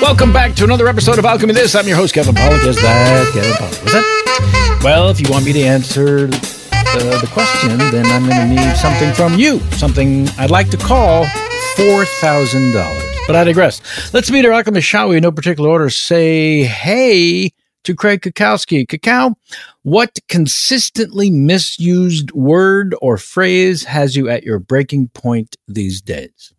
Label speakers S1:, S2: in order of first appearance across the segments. S1: Welcome back to another episode of Alchemy This. I'm your host, Kevin Pollock. Is that Kevin Pollock? Was that? Well, if you want me to answer uh, the, the question, then I'm going to need something from you. Something I'd like to call $4,000. But I digress. Let's meet our alchemist, shall we? In no particular order. Say hey to Craig Kakowski. Kakao, what consistently misused word or phrase has you at your breaking point these days?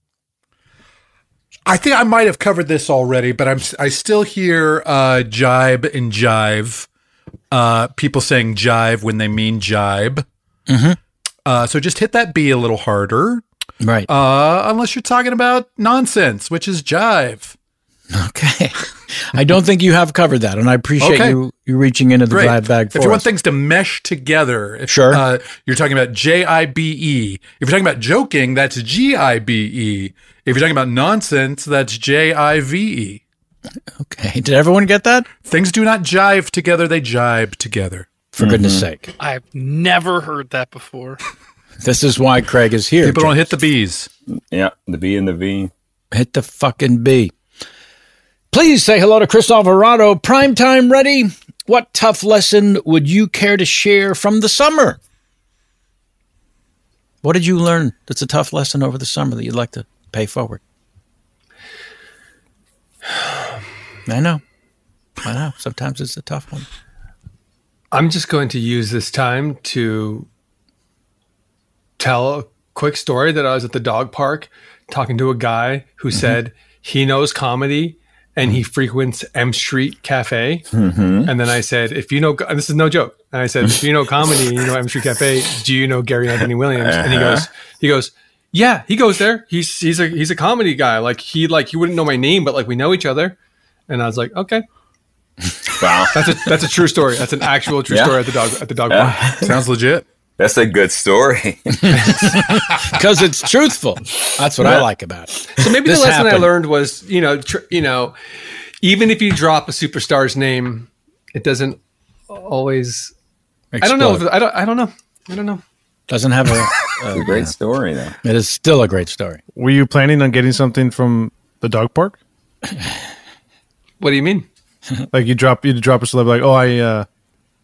S2: I think I might have covered this already, but I'm I still hear uh, jibe and jive. Uh, people saying jive when they mean jibe.
S1: Mm-hmm.
S2: Uh, so just hit that B a little harder,
S1: Right.
S2: uh, unless you're talking about nonsense, which is jive.
S1: Okay. I don't think you have covered that, and I appreciate
S2: Okay.
S1: you you reaching into the
S2: Great.
S1: vibe bag for
S2: if you want
S1: us.
S2: things to mesh together, if
S1: Sure.
S2: uh, you're talking about J I B E. If you're talking about joking, that's G I B E. If you're talking about nonsense, that's J I V E.
S1: okay. Did everyone get that?
S2: Things do not jive together; they jibe together.
S1: For goodness
S3: Mm-hmm.
S1: sake.
S4: I've never heard that before.
S1: This is why Craig is here.
S2: People don't hit the bees.
S3: Yeah, the B and the V.
S1: Hit the fucking B. Please say hello to Chris Alvarado. Primetime ready. What tough lesson would you care to share from the summer? What did you learn that's a tough lesson over the summer that you'd like to pay forward? I know. I know. Sometimes it's a tough one.
S5: I'm just going to use this time to tell a quick story that I was at the dog park talking to a guy who said he knows comedy and he frequents M Street Cafe.
S3: Mhm.
S5: And then I said, if you know, and this is no joke. And I said, if you know comedy, and you know M Street Cafe. Do you know Gary Anthony Williams? And he
S3: Uh-huh.
S5: goes, he goes, yeah, he goes there. He's he's a he's a comedy guy. Like he like he wouldn't know my name, but like we know each other. And I was like, okay,
S3: Wow.
S5: that's a that's a true story. That's an actual true
S3: Yeah.
S5: story at the dog at the dog
S3: Yeah.
S5: park.
S2: Sounds legit.
S3: That's a good story.
S1: because it's truthful. That's what I
S3: Yeah.
S1: like about it.
S5: So maybe
S1: This
S5: the lesson I
S1: happened.
S5: learned was, you know, tr- you know, even if you drop a superstar's name, it doesn't always. I don't know.
S1: Explode.
S5: If, I don't. I don't know. I don't know.
S1: Doesn't have a.
S3: It's a great story, though.
S1: It is still a great story.
S6: Were you planning on getting something from the dog park?
S5: What do you mean?
S6: Like you drop you drop a celeb like, oh, I uh,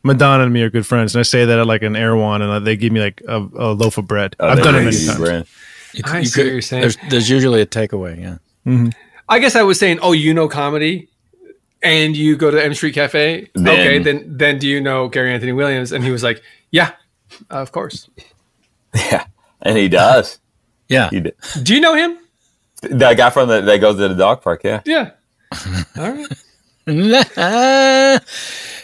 S6: Madonna and me are good friends, and I say that at like an Erewhon, and uh, they give me like a, a loaf of bread.
S3: Oh,
S6: I've
S3: they
S6: done it
S3: gave
S6: many
S3: you
S6: times.
S3: bread.
S1: You-
S5: I
S1: you
S5: see what
S1: could-
S5: you're saying.
S1: There's, there's usually a takeaway. Yeah.
S5: I guess I was saying, oh, you know comedy, and you go to M Street Cafe.
S3: Then-
S5: okay, then then do you know Gary Anthony Williams? And he was like, yeah, of course.
S3: And he does.
S1: Yeah.
S3: He d-
S5: Do you know him?
S3: that guy from the that goes to the dog park. Yeah.
S5: Yeah. All right.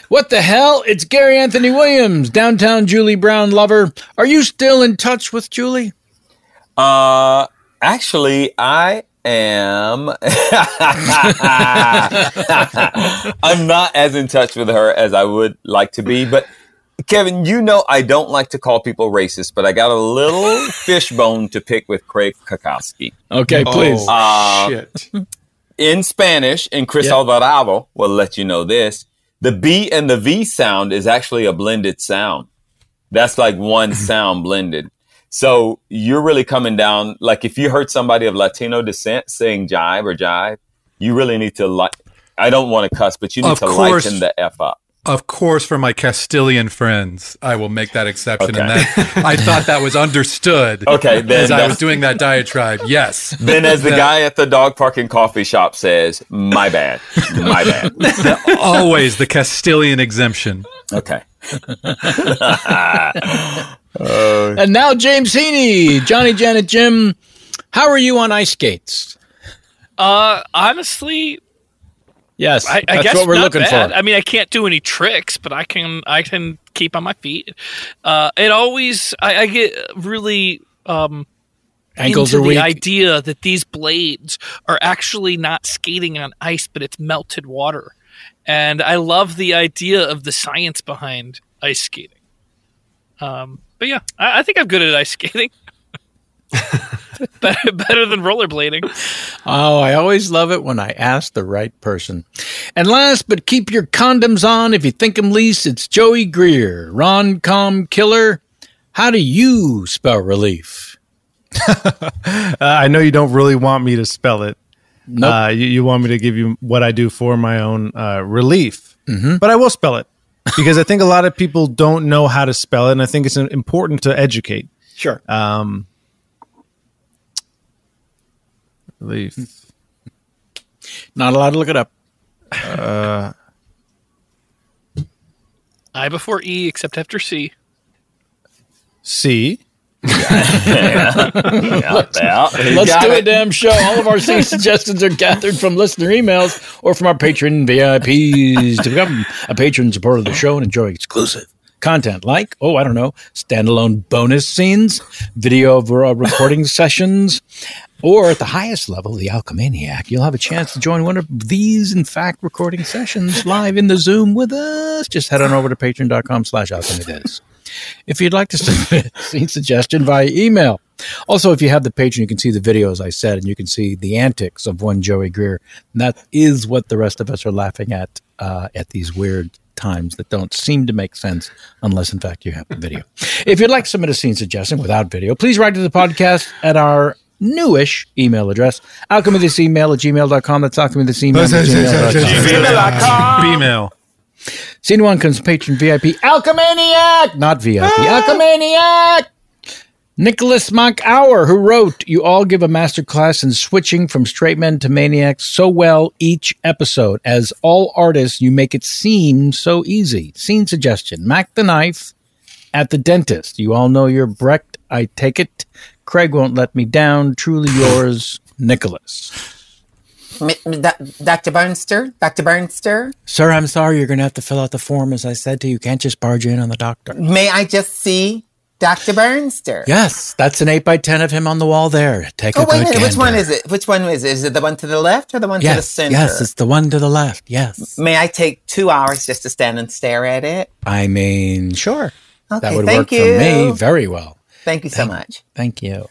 S1: what the hell? It's Gary Anthony Williams, downtown Julie Brown lover. Are you still in touch with Julie?
S3: Uh, actually, I am. I'm not as in touch with her as I would like to be, but. Kevin, you know I don't like to call people racist, but I got a little fishbone to pick with Craig Kakowski.
S1: Okay, please.
S3: Uh,
S5: Oh, Shit.
S3: in Spanish, and Chris
S1: Yeah.
S3: Alvarado will let you know this. The B and the V sound is actually a blended sound. That's like one sound blended. So you're really coming down. Like if you heard somebody of Latino descent saying jive or jive, you really need to like. I don't want to cuss, but you need
S2: Of
S3: to
S2: course.
S3: lighten the f up.
S2: Of course, for my Castilian friends, I will make that exception. And
S3: Okay.
S2: that I thought that was understood.
S3: Okay, then
S2: as I
S3: that's-
S2: was doing that diatribe, yes.
S3: Then, as the
S2: That
S3: guy at the dog park and coffee shop says, "My bad, my bad."
S2: always the Castilian exemption.
S3: Okay.
S4: Uh,
S3: Uh,
S1: and now James Heaney, Johnny Janet Jim. How are you on ice skates?
S4: Uh, honestly,
S1: Yes,
S4: I, I
S1: that's
S4: guess
S1: what we're
S4: not
S1: looking
S4: bad.
S1: for.
S4: I mean, I can't do any tricks, but I can I can keep on my feet. Uh, it always I, I get really um,
S1: Ankles
S4: into
S1: are
S4: the
S1: weak.
S4: idea that these blades are actually not skating on ice, but it's melted water, and I love the idea of the science behind ice skating. Um, but yeah, I, I think I'm good at ice skating. better, better than rollerblading.
S1: Oh, I always love it when I ask the right person. And last, but keep your condoms on if you think 'em least, it's Joey Greer, Ron Com Killer. How do you spell relief?
S6: Uh, I know you don't really want me to spell it.
S1: Nope.
S6: Uh, you, you want me to give you what I do for my own uh, relief,
S1: Mm-hmm.
S6: but I will spell it because I think a lot of people don't know how to spell it, and I think it's uh, important to educate.
S1: Sure.
S5: Um,
S6: Relief.
S1: Not allowed to look it up.
S4: I before E, except after C.
S6: C.
S3: Yeah, yeah, he
S1: Let's
S3: got
S1: do a damn show. All of our C suggestions are gathered from listener emails or from our patron VIPs. to become a patron supporter of the show and enjoy exclusive content like, oh, I don't know, standalone bonus scenes, video of uh, recording sessions, or at the highest level, the Alchemaniac, you'll have a chance to join one of these, in fact, recording sessions live in the Zoom with us. Just head on over to patreon.com slash alchemides. If you'd like to submit a scene suggestion via email. Also, if you have the patron, you can see the video, as I said, and you can see the antics of one Joey Greer. And that is what the rest of us are laughing at uh, at these weird times that don't seem to make sense unless, in fact, you have the video. if you'd like to submit a scene suggestion without video, please write to the podcast at our newish email address, alchemythisemail at gmail.com. That's alchemythisemail at gmail.com.
S2: Female.
S1: Scene one comes patron VIP Alchemaniac, not VIP,
S7: Ah!
S1: Alchemaniac. Nicholas Mock Hour, who wrote, You all give a masterclass in switching from straight men to maniacs so well each episode. As all artists, you make it seem so easy. Scene suggestion Mac the Knife at the dentist. You all know your Brecht, I take it. Craig won't let me down. Truly yours, Nicholas.
S8: M- m- doc- Dr. Bernster? Dr. Bernster?
S7: Sir, I'm sorry. You're going to have to fill out the form, as I said to you. You can't just barge in on the doctor.
S8: May I just see Dr. Bernster?
S7: Yes, that's an 8 by 10 of him on the wall there. Take
S8: Oh,
S7: a
S8: wait a
S7: good
S8: minute. Which
S7: gander.
S8: one is it? Which one is it? Is it the one to the left or the one to the
S7: Yes,
S8: center?
S7: yes, it's the one to the left. Yes.
S8: May I take two hours just to stand and stare at it?
S7: I mean, sure. that
S8: Okay,
S7: would
S8: thank
S7: work for me
S8: you.
S7: very well.
S8: Thank you so much.
S7: Thank you.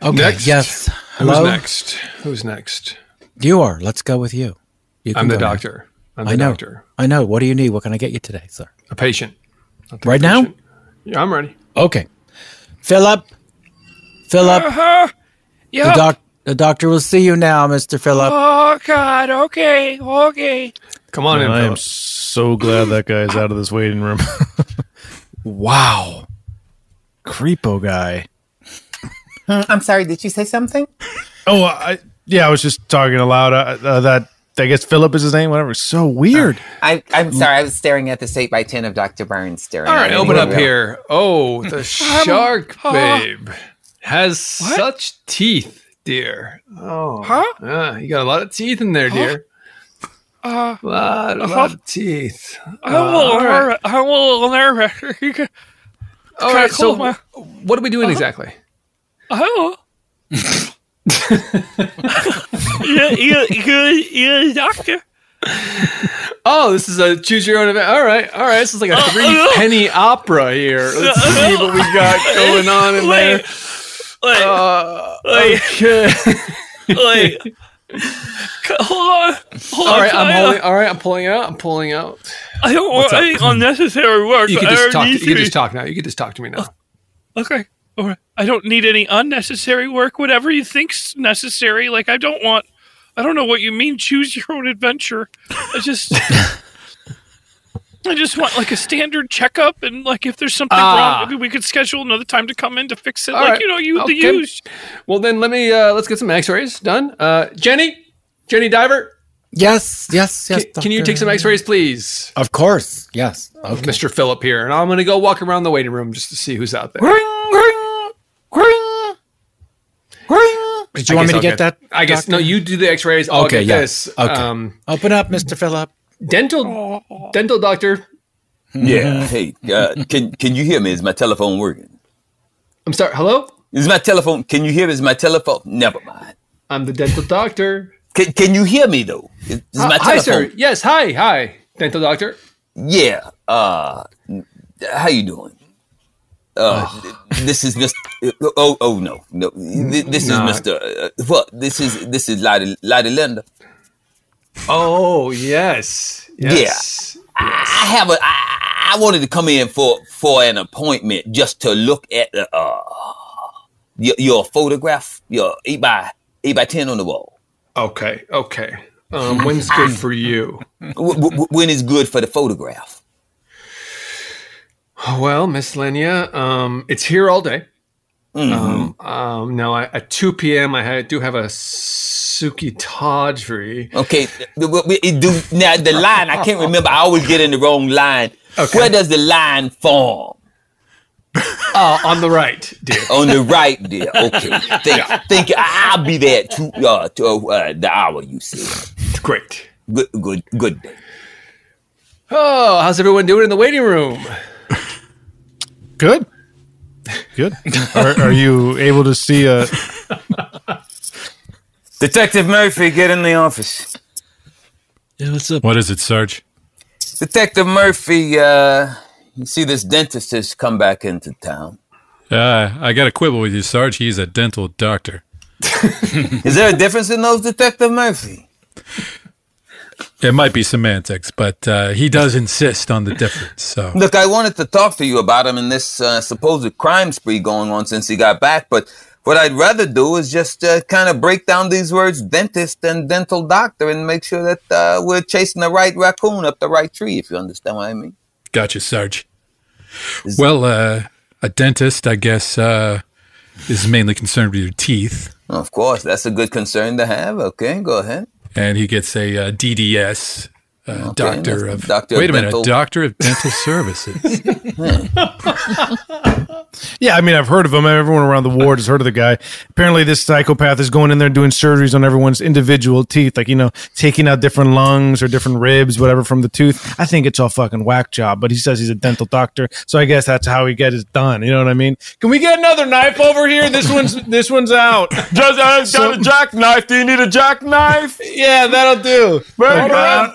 S7: Okay.
S5: Next.
S7: Yes.
S5: Who's
S7: Hello?
S5: next? Who's next?
S7: You are. Let's go with you. you
S5: I'm
S7: can
S5: the
S7: go now.
S5: doctor. I'm the
S7: I know.
S5: doctor.
S7: I know. What do you need? What can I get you today, sir?
S5: A patient.
S7: Right now?
S5: Yeah, I'm ready.
S7: Okay. Philip. Philip.
S5: Ah,
S4: Uh-huh.
S7: The,
S4: Yep.
S7: doc- the doctor will see you now, Mr. Philip.
S4: Oh God. Okay. Okay.
S5: Come on in,
S6: I am
S5: Philip.
S6: so glad that guy's out of this waiting room. wow. Creepo guy.
S8: Hmm, I'm sorry. Did you say something?
S6: Oh, I yeah, I was just talking aloud. Uh, uh, that I guess Philip is his name. Whatever. So weird.
S8: I, I'm sorry. I was staring at this 8 by 10 of Dr. Bernster. and
S5: All
S8: I
S5: right,
S8: didn't
S5: open up
S8: realize-
S5: here. Oh, the shark babe has such teeth, dear. Oh,
S4: Huh?
S5: Ah, you got a lot of teeth in there, dear.
S4: Uh,
S5: A lot, a
S4: Uh-huh.
S5: lot of teeth.
S4: I'm a
S5: Uh,
S4: little
S5: all right.
S4: nervous. I'm a little nervous. You can-
S5: All
S4: kinda
S5: right, so
S4: cold, man.
S5: what are we doing exactly?
S4: Oh. you, you, you, you, doctor.
S5: Oh, this is a choose your own event. All right, all right. This is like a three penny opera here. Let's
S4: Uh,
S5: see what we got going on in
S4: Wait. Wait.
S5: there.
S4: wait.
S5: Okay.
S4: Wait. Hold on. Hold
S5: All
S4: on.
S5: right,
S4: I-
S5: I'm holding, all right. I'm pulling out. I'm pulling out.
S4: I don't
S5: What's
S4: want
S5: up?
S4: any unnecessary work.
S5: You can
S4: I Oh,
S5: just
S4: don't
S5: talk.
S4: need
S5: You
S4: to
S5: can
S4: be-
S5: just talk now. You can just talk to me now.
S4: Okay. All right. I don't need any unnecessary work. Whatever you think's necessary. Like I don't want. I don't know what you mean. Choose your own adventure. I just. I just want like a standard checkup, and like if there's something
S5: Ah.
S4: wrong, maybe we could schedule another time to come in to fix it.
S5: All
S4: like
S5: right.
S4: you know, you
S5: Okay.
S4: the use.
S5: Well, then let me uh, let's get some X-rays done. Uh, Jenny, Jenny Diver,
S7: Yes, yes, yes.
S5: can, can you
S7: doctor.
S5: take some X-rays, please?
S7: Of course. Yes.
S5: Of Mr. Phillip here, and I'm going to go walk around the waiting room just to see who's out there.
S7: Did you want me to get that?
S5: I guess no. You do the X-rays. I'll
S7: Okay,
S5: get
S7: yeah.
S5: this.
S7: Okay.
S5: Um,
S7: Open up, Mr. Phillip.
S5: dental, dental doctor. Mm-hmm.
S3: Yeah. hey, uh, can can you hear me? Is my telephone working?
S5: I'm sorry. Hello.
S3: Is my telephone? Can you hear me? Is my telephone? Never mind.
S5: I'm the dental doctor. Uh,
S3: Can Can you hear me though? Is, is my
S5: Hi- hi,
S3: telephone?
S5: sir. Yes. Hi. Hi, dental doctor.
S3: Yeah. Uh, how you doing? Uh, th- this is Mr. Oh, oh no, no. Th- This is
S5: Nah.
S3: Mr. Uh, what? This is this is Lottie, Lottie Linda.
S5: Oh yes. Yes.
S3: I have a. I, I wanted to come in for for an appointment just to look at the, uh your, your photograph, your eight by eight by ten on the wall.
S5: Okay. Okay. Um, when's good for you?
S3: W- w- when is good for the photograph?
S5: Well, Miss Lenya, um, it's here all day. Um,
S3: Mm-hmm.
S5: um, now, I, at 2 p.m., I ha- do have a Suki Tadri.
S3: Okay, the- w- w- it do- now the line I can't remember. I always get in the wrong line.
S5: Okay.
S3: Where does the line form?
S5: Uh, on the right, dear.
S3: On the right there. Okay. Thank, thank you. I- I'll be there at two, uh, to, uh, the hour you said.
S5: Great.
S3: Good, good, good day.
S5: Oh, how's everyone doing in the waiting room?
S6: Good. Good. are, are you able to see a?
S9: Detective Murphy, get in the office.
S7: what's up?
S2: What is it, Sarge?
S3: Detective Murphy, uh, you see this dentist has come back into town.
S2: Uh, I got to quibble with you, Sarge. He's a dental doctor.
S3: Is there a difference in those, Detective Murphy?
S2: It might be semantics, but uh, he does insist on the difference. So
S3: Look, I wanted to talk to you about him and this uh, supposed crime spree going on since he got back, but what I'd rather do is just uh, kind of break down these words dentist and dental doctor and make sure that uh, we're chasing the right raccoon up the right tree, if you understand what I mean.
S2: Gotcha, Sarge. Well, uh, a dentist, I guess, uh, is mainly concerned with your teeth,
S3: Of course, that's a good concern to have. Okay, go ahead.
S2: and he gets a uh, DDS, uh,
S3: Okay,
S2: doctor
S3: that's
S2: of
S3: doctor of
S2: wait a minute,
S3: dental-
S2: doctor of dental services.
S6: Yeah, I mean, I've heard of him. Everyone around the ward has heard of the guy. Apparently, this psychopath is going in there doing surgeries on everyone's individual teeth, like, you know, taking out different lungs or different ribs, whatever, from the tooth. I think it's all fucking whack job, but he says he's a dental doctor. So I guess that's how he gets it done. You know what I mean? Can we get another knife over here? This one's this one's out. Just, I've got a jackknife. Do you need a jackknife? yeah, that'll do. Like, I-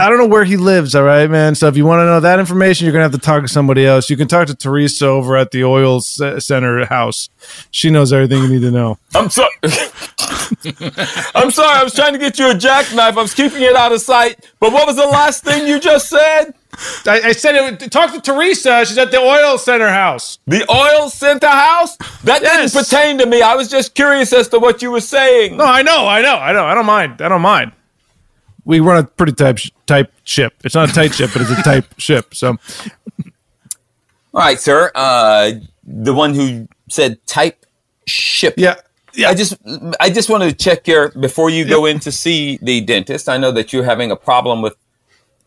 S6: I don't know where he lives, all right, man. So if you want to know that information, you're gonna have to talk to somebody else. You can talk to Teresa over at the oil c- center house. She knows everything you need to know.
S3: I'm sorry. I'm sorry. I was trying to get you a jackknife. I was keeping it out of sight. But what was the last thing you just said?
S6: I, I said it. Talk to Teresa. She's at the oil center house.
S3: The oil center house? That didn't pertain to me. I was just curious as to what you were saying. No,
S6: I know. I know. I know. I don't mind. I don't mind. We run a pretty type sh- type ship. It's not a tight ship, but it's a type ship. So
S3: All right, sir. Uh, the one who said type ship.
S6: Yeah.
S3: Yeah. I just I just wanted to check your before you go in to see the dentist. I know that you're having a problem with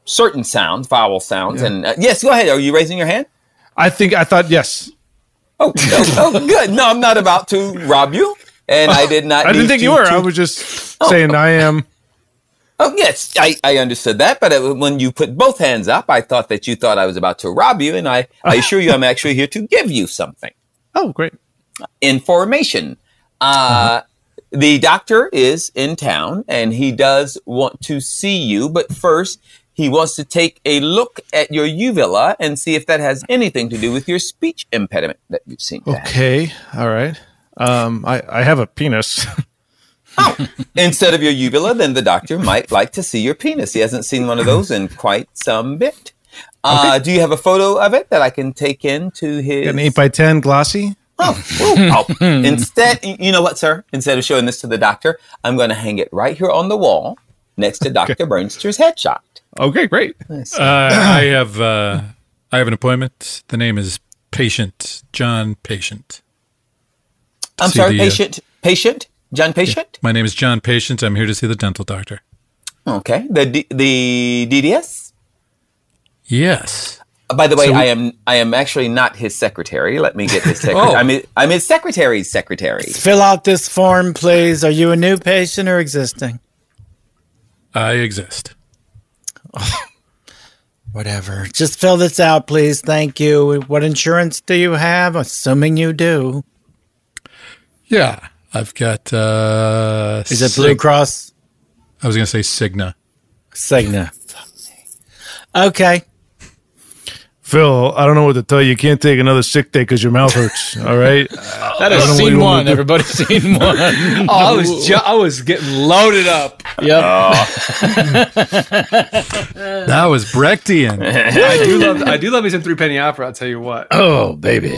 S3: certain sounds, vowel sounds,
S6: Yeah.
S3: and uh, yes, go ahead. Are you raising your hand?
S6: I think I thought yes.
S3: Oh, oh, oh, good. No, I'm not about to rob you, and I did not.
S6: I didn't
S3: need
S6: think
S3: to-
S6: you were.
S3: to-
S6: I was just
S10: Oh.
S6: saying I am.
S3: Oh yes, I, I understood that, but uh when you put both hands up, I thought that you thought I was about to rob you, and I, I assure you, I'm actually here to give you something.
S6: Oh, great Uh-huh.
S3: information. Uh, The doctor is in town, and he does want to see you, but first he wants to take a look at your uvula and see if that has anything to do with your speech impediment that you've seen.
S6: Okay. All right. Um, I I have a penis.
S3: Instead of your uvula, then the doctor might like to see your penis. He hasn't seen one of those in quite some bit. Uh, Do you have a photo of it that I can take in to his?
S6: Got an eight by ten glossy.
S3: Oh, oh. Instead, y- you know what, sir? Instead of showing this to the doctor, I'm going to hang it right here on the wall next to Dr. Bernster's headshot.
S6: Okay, great.
S2: uh, I have uh, I have an appointment. The name is Patient John Patient.
S3: I'm
S2: See
S3: sorry,
S2: the, uh,
S3: patient, patient, John Patient.
S2: My name is John Patient. I'm here to see the dental doctor.
S3: Okay, the D- the DDS.
S2: Yes.
S3: Uh, By the way,
S2: So we-
S3: I am I am actually not his secretary. Let me get his secretary.
S7: Oh.
S3: I'm his, I'm his secretary's secretary.
S7: Fill out this form, please. Are you a new patient or existing?
S2: I exist.
S7: Whatever. Just fill this out, please. Thank you. What insurance do you have? Assuming you do.
S2: Yeah, I've got. uh
S7: Is it Blue Cross?
S2: I was going to say Cigna.
S7: Cigna. Okay.
S6: Phil, I don't know what to tell you. You can't take another sick day because your mouth hurts. All right.
S1: That is
S6: I don't know what
S1: scene
S6: you want
S1: one.
S6: me to do.
S1: Everybody's scene one.
S6: Oh,
S5: I was ju- I was getting loaded up.
S1: Yep.
S3: Oh.
S2: That was Brechtian.
S5: I do love I do love me some three penny opera. I'll tell you what.
S1: Oh, baby.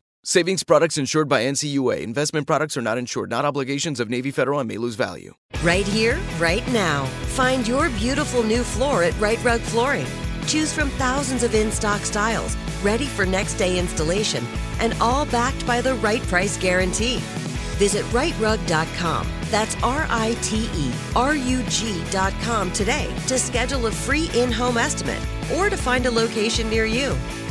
S11: Savings products insured by NCUA. Investment products are not insured, not obligations of Navy Federal and may lose value.
S12: Right here, right now. Find your beautiful new floor at Right Rug Flooring. Choose from thousands of in stock styles, ready for next day installation, and all backed by the right price guarantee. Visit rightrug.com. That's R I T E R U G.com today to schedule a free in home estimate or to find a location near you.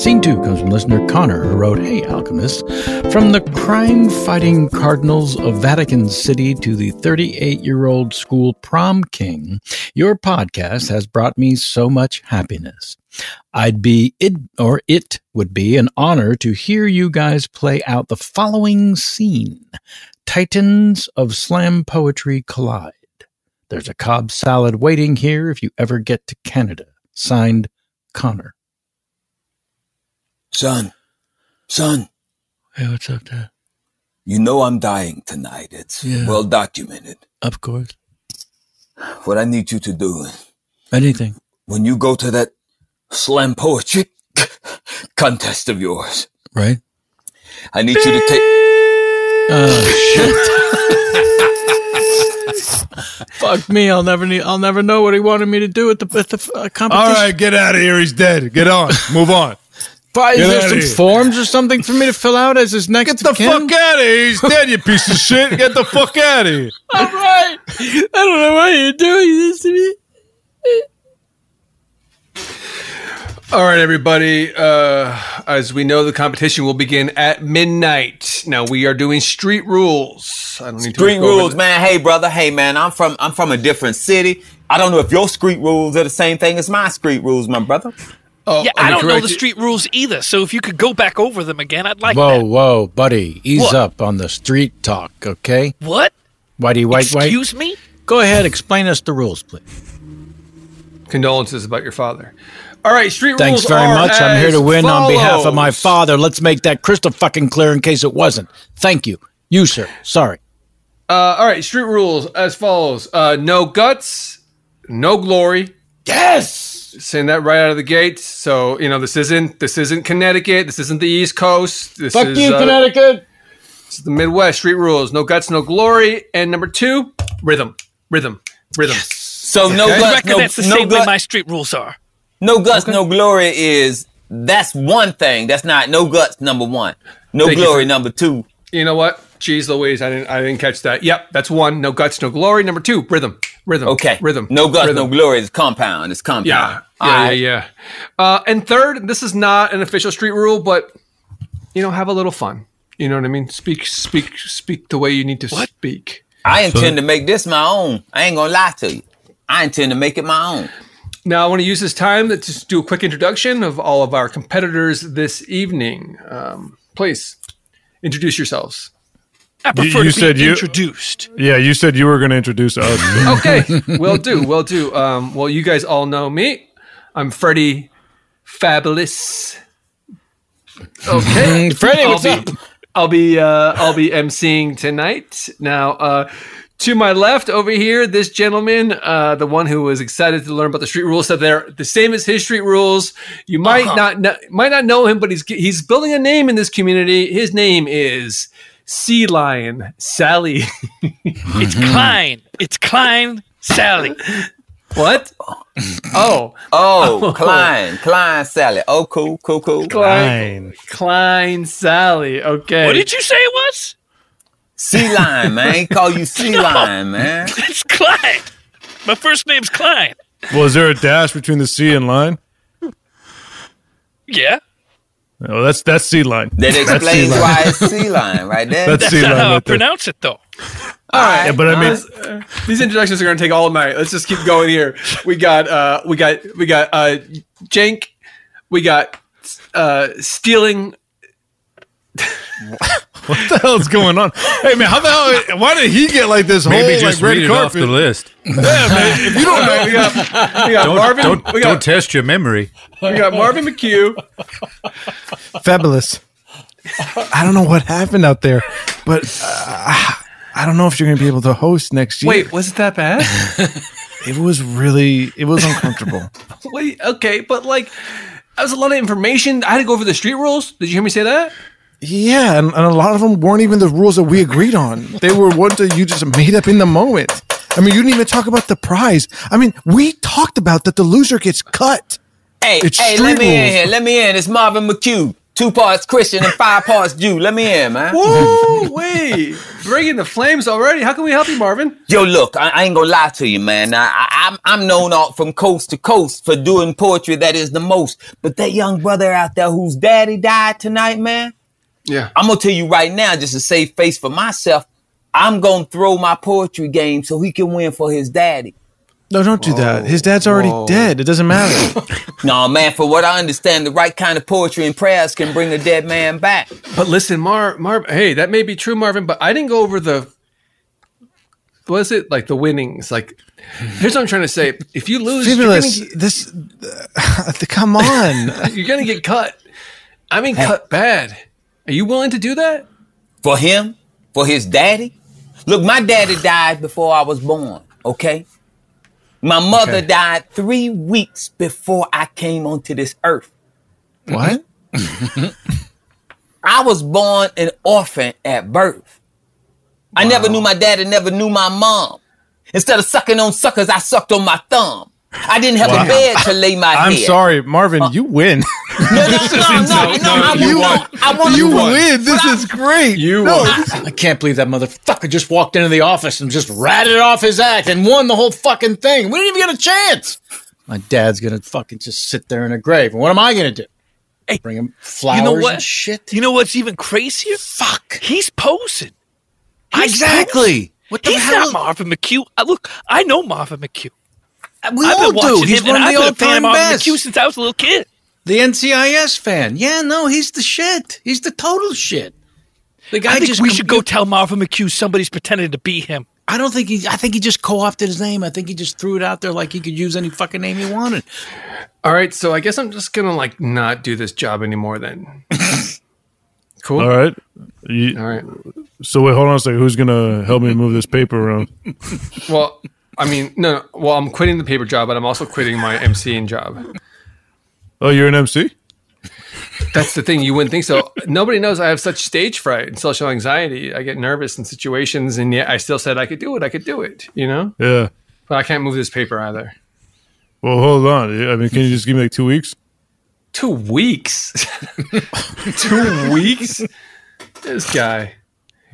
S1: Scene two comes from listener Connor, who wrote, Hey, Alchemist, from the crime fighting cardinals of Vatican City to the 38 year old school prom king, your podcast has brought me so much happiness. I'd be it or it would be an honor to hear you guys play out the following scene Titans of Slam Poetry Collide. There's a Cobb salad waiting here if you ever get to Canada. Signed, Connor.
S13: Son, son.
S1: Hey, what's up, Dad?
S13: You know I'm dying tonight. It's
S1: Yeah.
S13: well documented.
S1: Of course.
S13: What I need you to do
S1: Anything.
S13: when you go to that slam poetry contest of yours,
S1: Right?
S13: I need you to take.
S1: Oh shit! Fuck me! I'll never need. I'll never know what he wanted me to do at the at the uh, competition.
S6: All right, get out of here. He's dead. Get on. Move on.
S1: Why,
S6: Get
S1: is
S6: outta
S1: there some
S6: here.
S1: forms or something for me to fill out as his next? Get the
S6: Fuck out of here. He's dead, you piece of shit. Get the fuck out of here.
S1: All right. I don't know why you're doing this to me.
S5: All right, everybody. Uh, as we know, the competition will begin at midnight. Now we are doing street rules. I don't need
S3: Street
S5: to go over
S3: rules, man. Hey, brother. Hey, man. I'm from I'm from a different city. I don't know if your street rules are the same thing as my street rules, my brother.
S5: Oh,
S4: yeah, I don't know the
S3: street.
S4: street rules either. So if you could go back over them again, I'd like
S1: whoa,
S4: that.
S1: whoa, buddy! Ease
S4: What?
S1: up on the street talk, okay?
S4: What?
S1: Whitey, white, white.
S4: Excuse me?
S1: Go ahead. Explain us the rules, please.
S5: Condolences about your father. All right, street rules.
S1: Thanks very
S5: are
S1: much. I'm here
S5: as
S1: to win on behalf of my
S5: follows.
S1: father. Let's make that crystal fucking clear in case it wasn't. Thank you. You, sir. Sorry.
S5: Uh, all right, street rules as follows: uh, no guts, no glory.
S1: Yes,
S5: saying that right out of the gate. So you know this isn't this isn't Connecticut. This isn't the East Coast. This
S1: Fuck
S5: is,
S1: you,
S5: uh,
S1: Connecticut.
S5: This is the Midwest. Street rules: no guts, no glory. And number two, rhythm, rhythm, rhythm.
S3: So no
S5: Okay.
S3: guts,
S5: Reckon
S3: no,
S5: that's the
S3: no
S5: same way
S3: gut-
S5: my
S4: street rules are.
S3: No guts, no glory is that's one thing. That's not no guts number one. No
S5: Thank you
S3: glory
S5: for-
S3: number two.
S5: You know what? Jeez Louise, I didn't I didn't catch that. Yep, that's one. No guts, no glory. Number two, rhythm, rhythm.
S3: Okay.
S5: rhythm.
S3: No guts,
S5: rhythm.
S3: no glory is compound. It's compound.
S5: Yeah,
S3: All
S5: yeah,
S3: right.
S5: yeah, yeah. Uh, and third, this is not an official street rule, but you know, have a little fun. You know what I mean? Speak, speak, speak the way you need to speak.
S3: I intend to make this my own. I ain't gonna lie to you. I intend to make it my own.
S5: Now, I want to use this time to just do a quick introduction of all of our competitors this evening. Um, please introduce yourselves. I
S6: You- you said you- Yeah, you said you were going to introduce us.
S5: okay, will do, will do. Um, well, you guys all know me. I'm Freddie Fabulous.
S14: Okay. Freddie, what's
S5: I'll
S14: up?
S5: Be, I'll be uh, I'll be emceeing tonight. Now, uh, to my left over here, this gentleman, uh, the one who was excited to learn about the street rules, so they're the same as his street rules. You might
S15: Uh-huh.
S5: not know, might not know him, but he's he's building a name in this community. His name is Sea Lion Sally.
S4: It's Klein. It's Klein Sally.
S5: What? Oh.
S10: Oh, Klein. Klein Sally. Oh, cool, cool, cool.
S5: Klein. Klein Sally. Okay.
S4: What did you say it was?
S10: Sea lion, man.
S5: Oh,
S10: Call you sea
S4: No.
S10: lion, man.
S4: It's Klein. My first name's Klein.
S6: Well, is there a dash between the sea and line?
S4: Yeah.
S6: Oh, that's that's sea line.
S10: That
S6: That's sea
S10: explains
S6: line.
S10: why it's sea lion right there.
S6: That's
S5: That's
S6: sea
S5: not
S6: lion.
S5: how I
S6: right there.
S4: Pronounce it though.
S5: All right,
S6: Yeah, but I mean-
S5: Let's- uh, these introductions are going to take all night. Let's just keep going here. We got, uh, we got, we got uh, Jank. We got uh, stealing.
S6: What the hell's going on? Hey man, how the hell? Why did he get like this
S2: Maybe
S6: whole
S2: just
S6: like
S2: read
S6: red
S2: it
S6: carpet?
S2: off the list.
S6: If you don't know,
S5: we got, we got
S2: Don't,
S5: Marvin.
S2: don't,
S5: we, got,
S2: don't test your memory.
S5: we got Marvin McHugh.
S6: Fabulous. I don't know what happened out there, but uh, I don't know if you're going to be able to host next year.
S5: Wait, was it that bad?
S6: it was really it was uncomfortable.
S5: Wait, okay, but like, that was a lot of information. I had to go over the street rules. Did you hear me say that?
S6: yeah, and, and a lot of them weren't even the rules that we agreed on. They were ones that you just made up in the moment. I mean, you didn't even talk about the prize. I mean, we talked about that the loser gets cut.
S3: Hey,
S6: It's
S3: hey,
S6: street
S3: let me in
S6: rules.
S3: here. Let me in. It's Marvin McHugh. Two parts Christian and five parts Jew. Let me in, man.
S5: Woo, wait, bringing the flames already. How can we help you, Marvin?
S3: Yo, look, I, I ain't gonna lie to you, man. I, I, I'm, I'm known out from coast to coast for doing poetry that is the most. But that young brother out there whose daddy died tonight, man,
S5: Yeah.
S3: I'm gonna tell you right now, just to save face for myself, I'm gonna throw my poetry game so he can win for his daddy.
S6: No, don't do that. His dad's already dead. It doesn't matter.
S3: No, man, for what I understand, the right kind of poetry and prayers can bring a dead man back.
S5: But listen, Mar, Mar, hey, that may be true, Marvin, but I didn't go over the. Was it like the winnings? Like, here's what I'm trying to say: if you lose, you're gonna,
S6: Fabulous. This, come on.
S5: get- you're gonna get cut. I mean, cut bad. Are you willing to do that?
S3: For him? For his daddy? Look, my daddy died before I was born, okay? My mother
S6: Okay.
S3: died three weeks before I came onto this earth.
S6: What?
S3: I was born an orphan at birth. I never knew my dad and never knew my mom. Instead of sucking on suckers, I sucked on my thumb. I didn't have
S6: Wow.
S3: a bed to lay my
S6: I'm
S3: head.
S6: sorry, Marvin.
S5: Uh,
S6: you win.
S3: No, no, no, no, no, I
S6: you
S3: want, no, I want
S6: you
S3: to
S6: win. This is great.
S5: You
S6: No,
S5: won.
S1: I can't believe that motherfucker just walked into the office and just ratted off his act and won the whole fucking thing. We didn't even get a chance. My dad's gonna fucking just sit there in a grave. And what am I gonna do? Bring him flowers
S4: you know
S1: and
S4: what?
S1: shit.
S4: You know what's even crazier? Fuck. He's posing. He's
S15: Exactly.
S4: posing.
S15: What the
S4: He's
S15: hell?
S4: not Marvin McHugh. I, look, I know Marvin McHugh. I-
S1: We
S4: I've been
S1: all do.
S4: watching
S1: He's
S4: him,
S1: one
S4: and
S1: of the
S4: I've been a fan of
S1: all-time
S4: Marvin
S1: best.
S4: McHugh since I was a little kid.
S1: The NCIS fan. Yeah, no, he's the shit. He's the total shit. The guy
S4: I think
S1: just
S4: we
S1: com-
S4: should go tell Marvin McHugh somebody's pretending to be him.
S1: I don't think he I think he just co-opted his name. I think he just threw it out there like he could use any fucking name he wanted.
S5: All right, so I guess I'm just gonna like not do this job anymore then. cool.
S6: All right. You-
S5: All right.
S6: So wait, hold on a second. Who's gonna help me move this paper around?
S5: Well, I mean, no, no. Well, I'm quitting the paper job, but I'm also quitting my MCing job.
S6: Oh, you're an MC.
S5: That's the thing. You wouldn't think so. Nobody knows I have such stage fright and social anxiety. I get nervous in situations, and yet I still said I could do it. I could do it. You know,
S6: Yeah.
S5: but I can't move this paper either.
S6: Well, hold on. I mean, can you just give me like two weeks?
S5: Two weeks. Two weeks. This guy.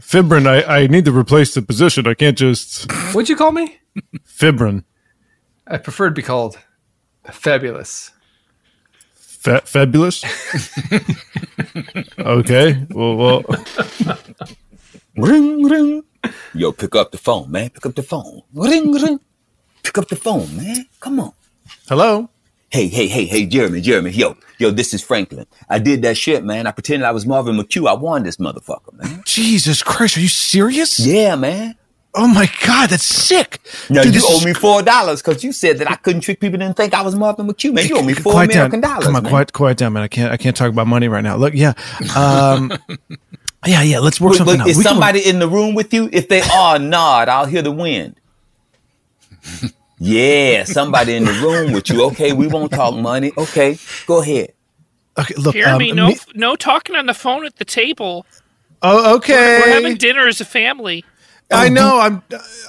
S6: Fibrin, I, I need to replace the position. I can't just
S5: What'd you call me?
S6: Fibrin.
S5: I prefer to be called fabulous.
S6: Fa- fabulous. okay. Well, well.
S3: Ring, ring. Yo, pick up the phone, man. Pick up the phone. Ring, ring. Pick up the phone, man. Come on.
S6: Hello.
S3: Hey, hey, hey, hey, Jeremy, Jeremy. Yo, yo, this is Franklin. I did that shit, man. I pretended I was Marvin McHugh. I won this motherfucker, man.
S6: Jesus Christ, are you serious?
S3: Yeah, man.
S6: Oh my god, that's sick.
S3: Now
S6: Dude,
S3: you
S6: this
S3: owe
S6: is-
S3: me four dollars because you said that I couldn't trick people into think I was Marvin McHugh. Man, you owe me four
S6: quiet
S3: American
S6: down.
S3: dollars.
S6: Come on,
S3: man.
S6: quiet, quiet down, man. I can't, I can't talk about money right now. Look, yeah, um, yeah, Ah, yeah. Let's work
S3: Wait,
S6: something
S3: wait,
S6: out.
S3: Is
S6: We can-
S3: somebody in the room with you? If they are, nod. I'll hear the wind. Yeah, somebody in the room with you. Okay, we won't talk money. Okay, go ahead.
S6: Okay, look.
S4: Jeremy,
S6: um,
S4: no,
S6: me-
S4: no talking on the phone at the table.
S6: oh, okay.
S4: We're, we're having dinner as a family.
S6: I know. I'm.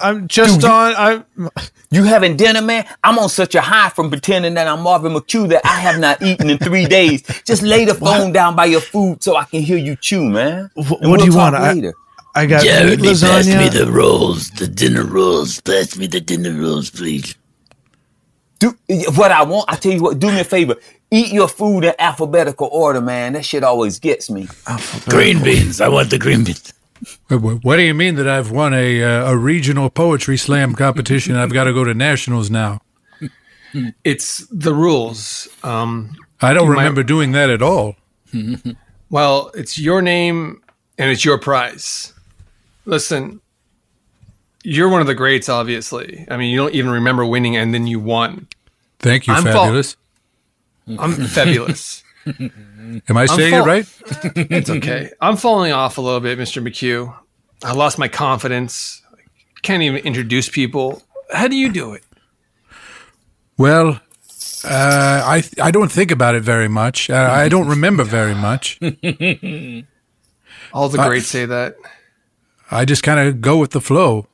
S6: I'm just on. I'm.
S3: You having dinner, man? I'm on such a high from pretending that I'm Marvin McHugh that I have not eaten in three days. Just lay the phone down by your food so I can hear you chew, man.
S6: Wh- what do you want? I- I, got meat
S1: pass me
S6: lasagna.
S1: the rolls, the dinner rolls. Pass me the dinner rolls, please.
S3: Do what I want. I tell you what. Do me a favor. Eat your food in alphabetical order, man. That shit always gets me.
S1: Green beans. I want the green beans.
S2: Wh- wh- What do you mean that I've won a uh, a regional poetry slam competition? I've got to go to nationals now.
S5: It's the rules. Um,
S2: I don't
S5: you might-
S2: remember doing that at all.
S5: well, it's your name and it's your prize. Listen, you're one of the greats, obviously. I mean, you don't even remember winning and then you won.
S2: Thank you,
S5: I'm fault-
S2: fabulous.
S5: I'm fabulous.
S2: Am I
S5: I'm
S2: saying
S5: fall-
S2: it right?
S5: it's okay. I'm falling off a little bit, Mr. McHugh. I lost my confidence. I can't even introduce people. How do you do it?
S2: Well, uh, I th- I don't think about it very much. Uh, I don't remember very much.
S5: All the
S2: I-
S5: greats say that.
S2: I just kind of go with the flow.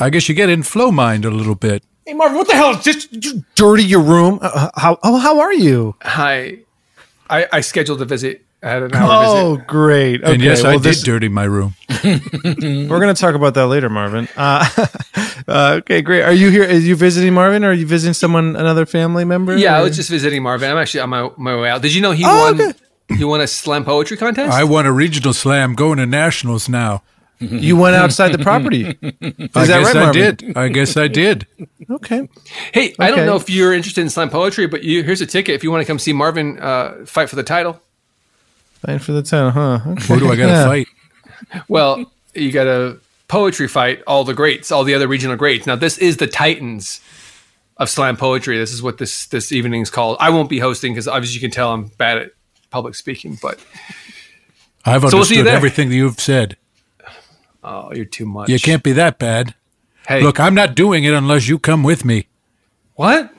S2: I guess you get in flow mind a little bit.
S5: Hey, Marvin, what the hell? Just,
S6: dirty your room. Uh, how? Oh, how are you?
S5: Hi. I, I scheduled a visit. I had an hour
S6: Oh, great. Okay.
S2: and yes, I
S6: well,
S2: did
S6: this-
S2: dirty my room.
S6: We're gonna talk about that later, Marvin. Uh, uh, okay, great. Are you here? Are you visiting Marvin, or are you visiting someone, another family member?
S5: visit. Yeah, I
S6: or-
S5: was just visiting Marvin. I'm actually on my, my way out. Did you know he
S6: Oh,
S5: won? He won a slam poetry contest.
S2: I won a regional slam. Going to nationals now.
S5: You went outside the property.
S2: I
S5: Is that
S2: guess
S5: right,
S2: I
S5: Marvin?
S2: did. I guess I did.
S6: Okay.
S5: Hey, I
S6: Okay.
S5: don't know if you're interested in slam poetry, but you, here's a ticket if you want to come see Marvin uh, fight for the title.
S6: Fighting for the town, huh? Okay.
S2: Who do I gotta
S6: Yeah.
S2: fight?
S5: Well, you got to poetry fight all the greats, all the other regional greats. Now, this is the Titans of slam poetry. This is what this this evening's called. I won't be hosting because, obviously, you can tell I'm bad at public speaking. But
S2: I've
S5: So we'll see you
S2: understood
S5: there.
S2: everything that you've said.
S5: oh, you're too much.
S2: You can't be that bad.
S5: Hey.
S2: Look, I'm not doing it unless you come with me.
S5: What?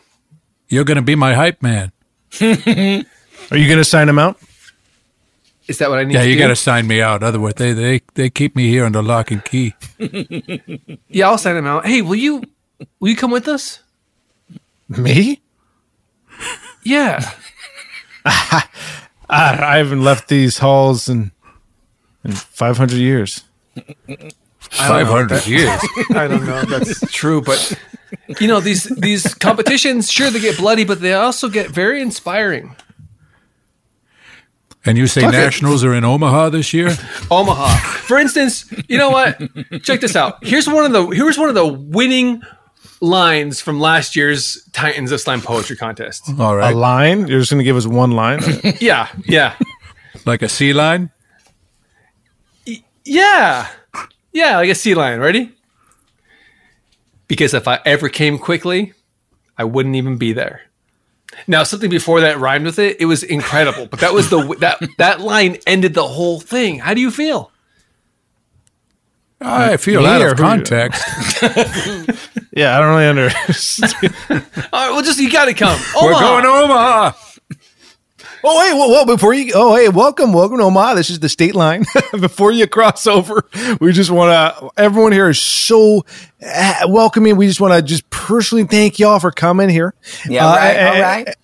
S2: You're going to be my hype man.
S6: Are you going to sign him out?
S5: Is that what I need?
S2: Yeah,
S5: to
S2: you
S5: do?
S2: got to sign me out. Otherwise, they, they they keep me here under lock and key.
S5: Yeah, I'll send him out. Hey, will you will you come with us?
S6: Me?
S5: Yeah.
S6: I, I haven't left these halls in in 500 years.
S5: I don't know if that- I don't know if that's true, but you know these these competitions. Sure, they get bloody, but they also get very inspiring.
S2: And you say
S5: Okay.
S2: nationals are in Omaha this year?
S5: Omaha, for instance. You know what? Check this out. Here's one of the here's one of the winning lines from last year's Titans of Slam Poetry Contest.
S2: All
S6: right. A line? You're just going to give us one line?
S5: Yeah, yeah,
S2: like a sea line?
S5: yeah, yeah. Like a sea lion. Ready? Because if I ever came quickly, I wouldn't even be there. Now, something before that rhymed with it. It was incredible, but that was the that that line ended the whole thing. How do you feel?
S2: I feel
S6: Me
S2: out
S6: or
S2: of
S6: who you-
S2: context.
S6: yeah, I don't really understand.
S5: All right, well, just you got to come.
S6: We're
S5: Omaha.
S6: going to
S2: Omaha.
S6: Oh hey, whoa, whoa! Before you, oh hey, welcome, welcome to Omaha. This is the state line. before you cross over, we just want to. Everyone here is so uh, welcoming. We just want to just personally thank y'all for coming here.
S3: Yeah,
S6: Uh,
S3: right,
S6: and-
S3: all right.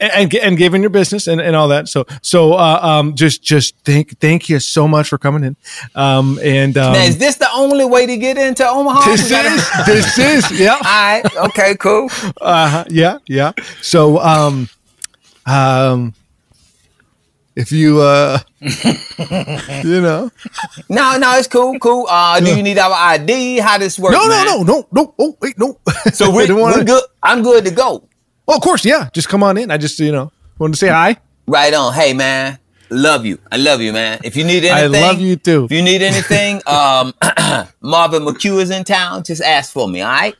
S6: And, and gi- and giving your business and, and all that. So so uh, um just just thank thank you so much for coming in. Um and um,
S3: now, is this the only way to get into Omaha?
S6: This is. This is. Yeah. All
S3: right. Okay. Cool.
S6: uh yeah yeah. So um um if you uh you know
S3: No, no, it's cool. Cool. Uh, do you need our ID? How this works?
S6: No, no,
S3: man?
S6: no, no, no. Oh, wait, no.
S3: So we,
S6: Didn't wanna-
S3: we're good. I'm good to go.
S6: Oh, of course, yeah. Just come on in. I just, you know, wanted to say hi.
S3: Right on. Hey, man. Love you. I love you, man. If you need anything,
S6: I love you too.
S3: If you need anything, um, Marvin McHugh is in town. Just ask for me. All right.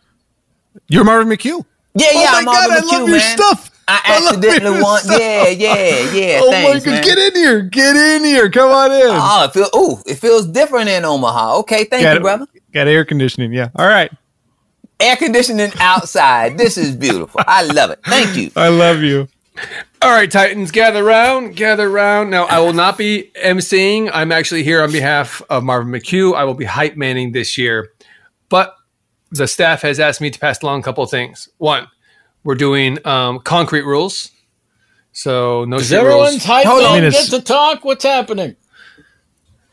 S6: You're Marvin McHugh.
S3: Yeah,
S6: Oh
S3: yeah.
S6: my
S3: I'm
S6: God,
S3: Marvin
S6: I love
S3: McHugh,
S6: your
S3: man.
S6: stuff.
S3: I
S6: I love
S3: accidentally
S6: your
S3: want.
S6: stuff.
S3: Yeah, yeah, yeah.
S6: Oh
S3: thanks,
S6: my God!
S3: man.
S6: Get in here! Get in here! Come on in.
S3: Oh, it feels. Ooh, it feels different in Omaha. Okay, thank
S6: got
S3: you, brother.
S6: Got air conditioning. Yeah. All right.
S3: Air conditioning outside. This is beautiful. I love it. Thank you.
S6: I love you.
S5: All right, Titans, gather round, gather round. Now, I will not be emceeing. I'm actually here on behalf of Marvin McHugh. I will be hype manning this year, but the staff has asked me to pass along a couple of things. One, we're doing um, concrete rules, so no.
S1: Is
S5: shit
S1: everyone
S5: rules.
S1: typed in? Get to talk. What's happening?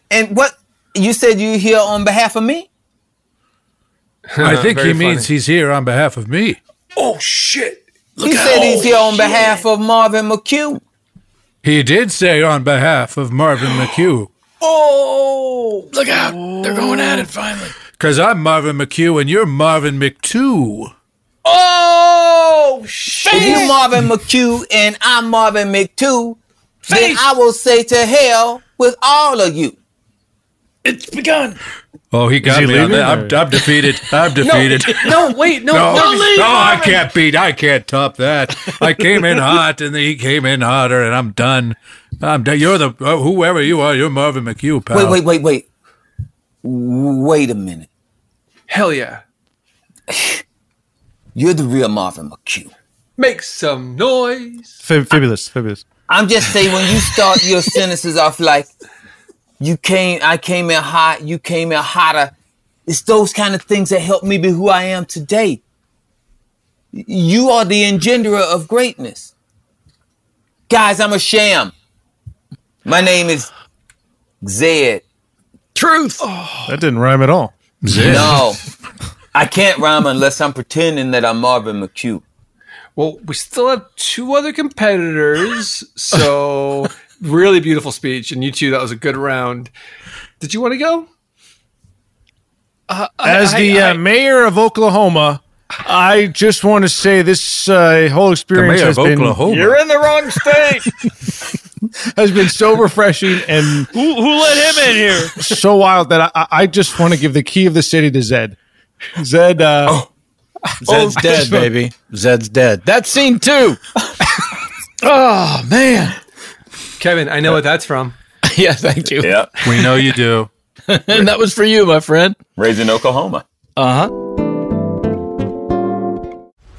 S3: And what you said you here on behalf of me?
S2: I think
S5: Very
S2: he means he's here on behalf of me.
S3: Oh shit! Oh, he said he's here on behalf of Marvin McHugh.
S2: He did say on behalf of Marvin McHugh.
S3: Oh,
S15: look out! They're going at it finally.
S2: Because I'm Marvin McHugh and you're Marvin McTwo.
S3: Oh shit! If you Marvin McHugh and I'm Marvin McTwo, then I will say to hell with all of you. It's begun.
S2: Oh, he got
S6: he
S2: me on
S6: leaving,
S2: that. I'm,
S6: or-
S2: I'm defeated. I'm defeated.
S5: No, wait, no,
S2: no,
S5: no,
S2: no, I can't beat. I can't top that. I came in hot, and he came in hotter, and I'm done. I'm done. You're the oh, whoever you are. You're Marvin McHugh, pal.
S3: Wait, wait, wait, wait. Wait a minute.
S5: Hell yeah!
S3: You're the real Marvin McHugh.
S5: Make some noise.
S6: Fab- fabulous. Fabulous.
S3: I'm just saying when you start your sentences off like you came I came in hot, you came in hotter. It's those kind of things that help me be who I am today. Y- You are the engenderer of greatness. Guys, I'm a sham. My name is Zed. Truth.
S6: That didn't rhyme at all.
S3: No. I can't rhyme unless I'm pretending that I'm Marvin McHugh.
S5: Well, we still have two other competitors. So, really beautiful speech. And you two, that was a good round. Did you want to go? Uh, I-
S6: As
S5: I-
S6: the
S5: I-
S6: uh, mayor of Oklahoma, I just want to say this uh, whole experience
S2: mayor
S6: has
S2: of
S6: been
S2: Oklahoma.
S15: You're in the wrong state.
S6: has been so refreshing and
S15: who, who let him in here?
S6: so wild that I- I, I just want to give the key of the city to Zed. Zed. Uh,
S1: Zed's
S6: Oh,
S1: dead,
S6: sure.
S1: baby. Zed's dead. That's scene two. oh man.
S5: Kevin, I know what that's from.
S1: yeah, thank you.
S16: Yeah.
S2: We know you do.
S1: and that was for you, my friend.
S16: Raised in Oklahoma.
S1: Uh huh.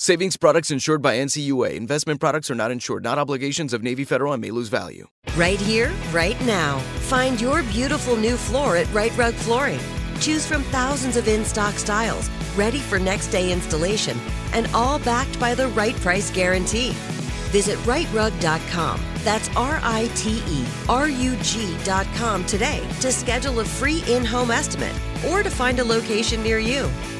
S11: Savings products insured by NCUA. Investment products are not insured, not obligations of Navy Federal and may lose value.
S12: Right here, right now. Find your beautiful new floor at Right Rug Flooring. Choose from thousands of in stock styles ready for next day installation and all backed by the right price guarantee. Visit rightrug.com. That's R I T E R U G.com today to schedule a free in home estimate or to find a location near you.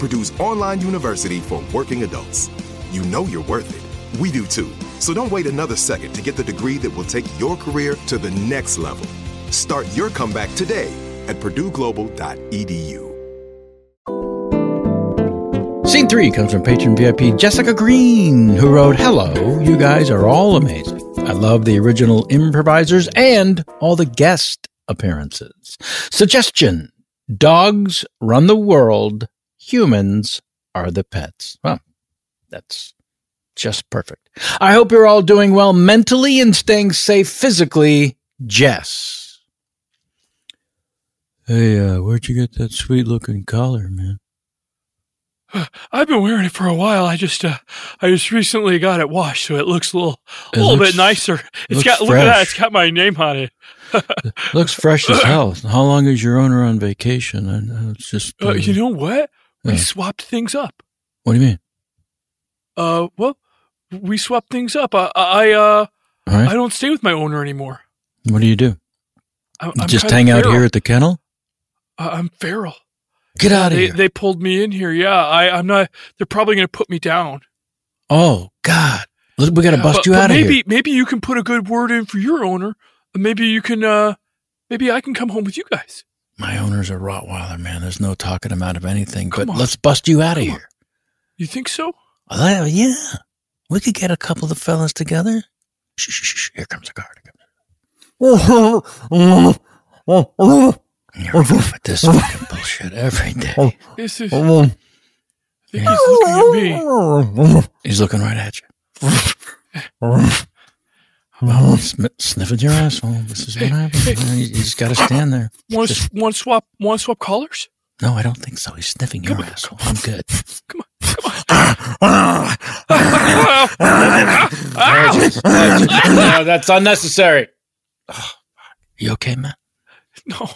S17: Purdue's online university for working adults. You know you're worth it. We do too. So don't wait another second to get the degree that will take your career to the next level. Start your comeback today at purdueglobal.edu.
S1: Scene three comes from patron VIP Jessica Green, who wrote, Hello, you guys are all amazing. I love the original improvisers and all the guest appearances. Suggestion Dogs run the world, humans are the pets. Well, that's just perfect. I hope you're all doing well mentally and staying safe physically. Jess. Hey, uh, where'd you get that sweet looking collar, man?
S4: I've been wearing it for a while. I just uh, I just recently got it washed, so it looks a little
S1: It
S4: a little
S1: looks-
S4: bit nicer. It's
S1: looks
S4: got look at that.
S1: fresh.
S4: It's got my name on it.
S1: Looks fresh as hell. How long is your owner on vacation? I, I was just.
S4: Uh, you know what? We
S1: Yeah.
S4: swapped things up.
S1: what do you mean?
S4: Uh, well, we swapped things up. I I uh
S1: All right.
S4: I don't stay with my owner anymore.
S1: What do you do?
S4: I,
S1: You
S4: I'm
S1: just
S4: kinda
S1: hang out
S4: feral.
S1: here at the kennel?
S4: I- I'm feral.
S1: Get out of
S4: They-
S1: here.
S4: They pulled me in here. Yeah, I I'm not. They're probably going to put me down.
S1: Oh, God. Look, We got to
S4: Yeah,
S1: bust
S4: but-
S1: you
S4: but
S1: out
S4: maybe,
S1: of here.
S4: Maybe you can put a good word in for your owner. Maybe you can. uh Maybe I can come home with you guys.
S1: My owner's a Rottweiler, man. There's no talking him out of anything, but
S4: Come on.
S1: let's bust you out of here.
S4: You think so?
S1: Well, yeah. We could get a couple of the fellas together. Shh, shh, shh, shh. Here comes a guard. You're good with this fucking bullshit every day.
S4: This is. I think he's looking at me.
S1: He's looking right at you. Well, sm- sniffing your asshole. This is what happens. man. You, you just got to stand there.
S4: Want to want swap? Want to swap collars?
S1: No, I don't think so. He's sniffing your asshole. I'm good.
S18: no, that's unnecessary.
S1: You okay, man?
S4: No,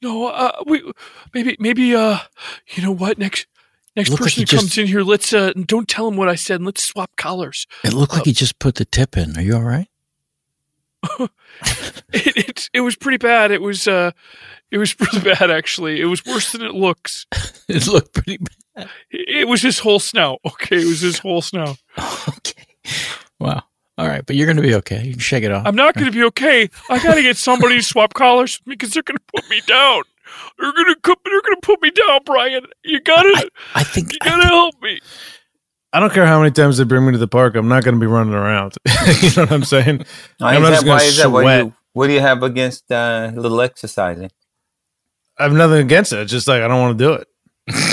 S4: no. Uh, we maybe maybe uh, you know what? Next next
S1: Looked like
S4: person
S1: he
S4: who comes
S1: just-
S4: in here, let's uh, don't tell him what I said. and Let's swap collars.
S1: It looked like he just put the tip in. Are you all right?
S4: It, it it was pretty bad. It was uh, it was pretty bad actually. It was worse than it looks.
S1: It looked pretty
S4: bad. It, it was his whole snout. Okay, it was his whole snout.
S1: Wow. All right, but you're going to be okay. You can shake it off.
S4: I'm not going to be okay. I got to get somebody to swap collars with me because they're going to put me down. They're going to they're going to put me down, Brian. You got to
S1: I, think
S4: you got to help me.
S6: I don't care how many times they bring me to the park. I'm not going to be running around. you know what I'm saying?
S3: Why
S6: I'm
S3: is
S6: not
S3: that?
S6: gonna
S3: Why is that? What do, you, what do you have against uh, a little exercising?
S6: I have nothing against it. It's just like I don't want to do it.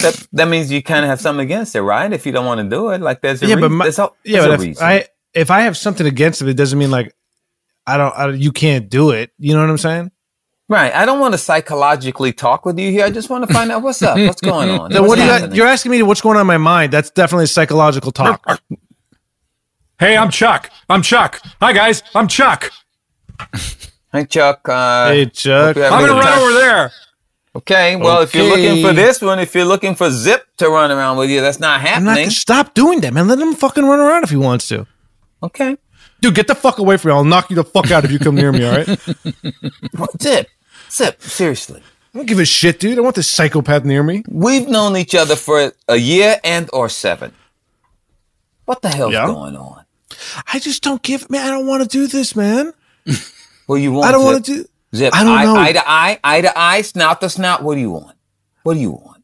S3: That, that means you kind of have something against it, right? If you don't want to do it, like there's a
S6: yeah,
S3: reason.
S6: but my,
S3: there's a,
S6: yeah,
S3: there's a
S6: but if
S3: reason.
S6: I if I have something against it, it doesn't mean like I don't. I, you can't do it. You know what I'm saying?
S3: right. I don't want to psychologically talk with you here. I just want to find out what's up, what's going on.
S6: Then what
S3: what's
S6: do you,
S3: happening?
S6: you're asking me what's going on in my mind. That's definitely psychological talk.
S2: Hey, I'm Chuck. I'm Chuck. Hi, guys. I'm Chuck.
S3: Hey, Chuck. Uh,
S6: hey, Chuck.
S2: I'm gonna run over there.
S3: Okay. Well, if you're
S6: Okay.
S3: looking for this one, if you're looking for Zip to run around with you, that's not
S6: I'm not
S3: happening.
S6: gonna stop doing that, man. Let him fucking run around if he wants to.
S3: Okay.
S6: Dude, get the fuck away from me. I'll knock you the fuck out if you come near me, all right?
S3: Zip. Zip. Seriously.
S6: I don't give a shit, dude. I want this psychopath near me.
S3: We've known each other for a year and or seven.
S15: What the hell's
S6: Yeah.
S15: going on?
S6: I just don't give, man. I don't want to do this, man.
S15: Well, you want
S6: I don't
S15: Zip?
S6: wanna do-
S15: Zip,
S6: I don't
S15: eye,
S6: know.
S15: eye to eye, eye to eye, snout to snout. What do you want? What do you want?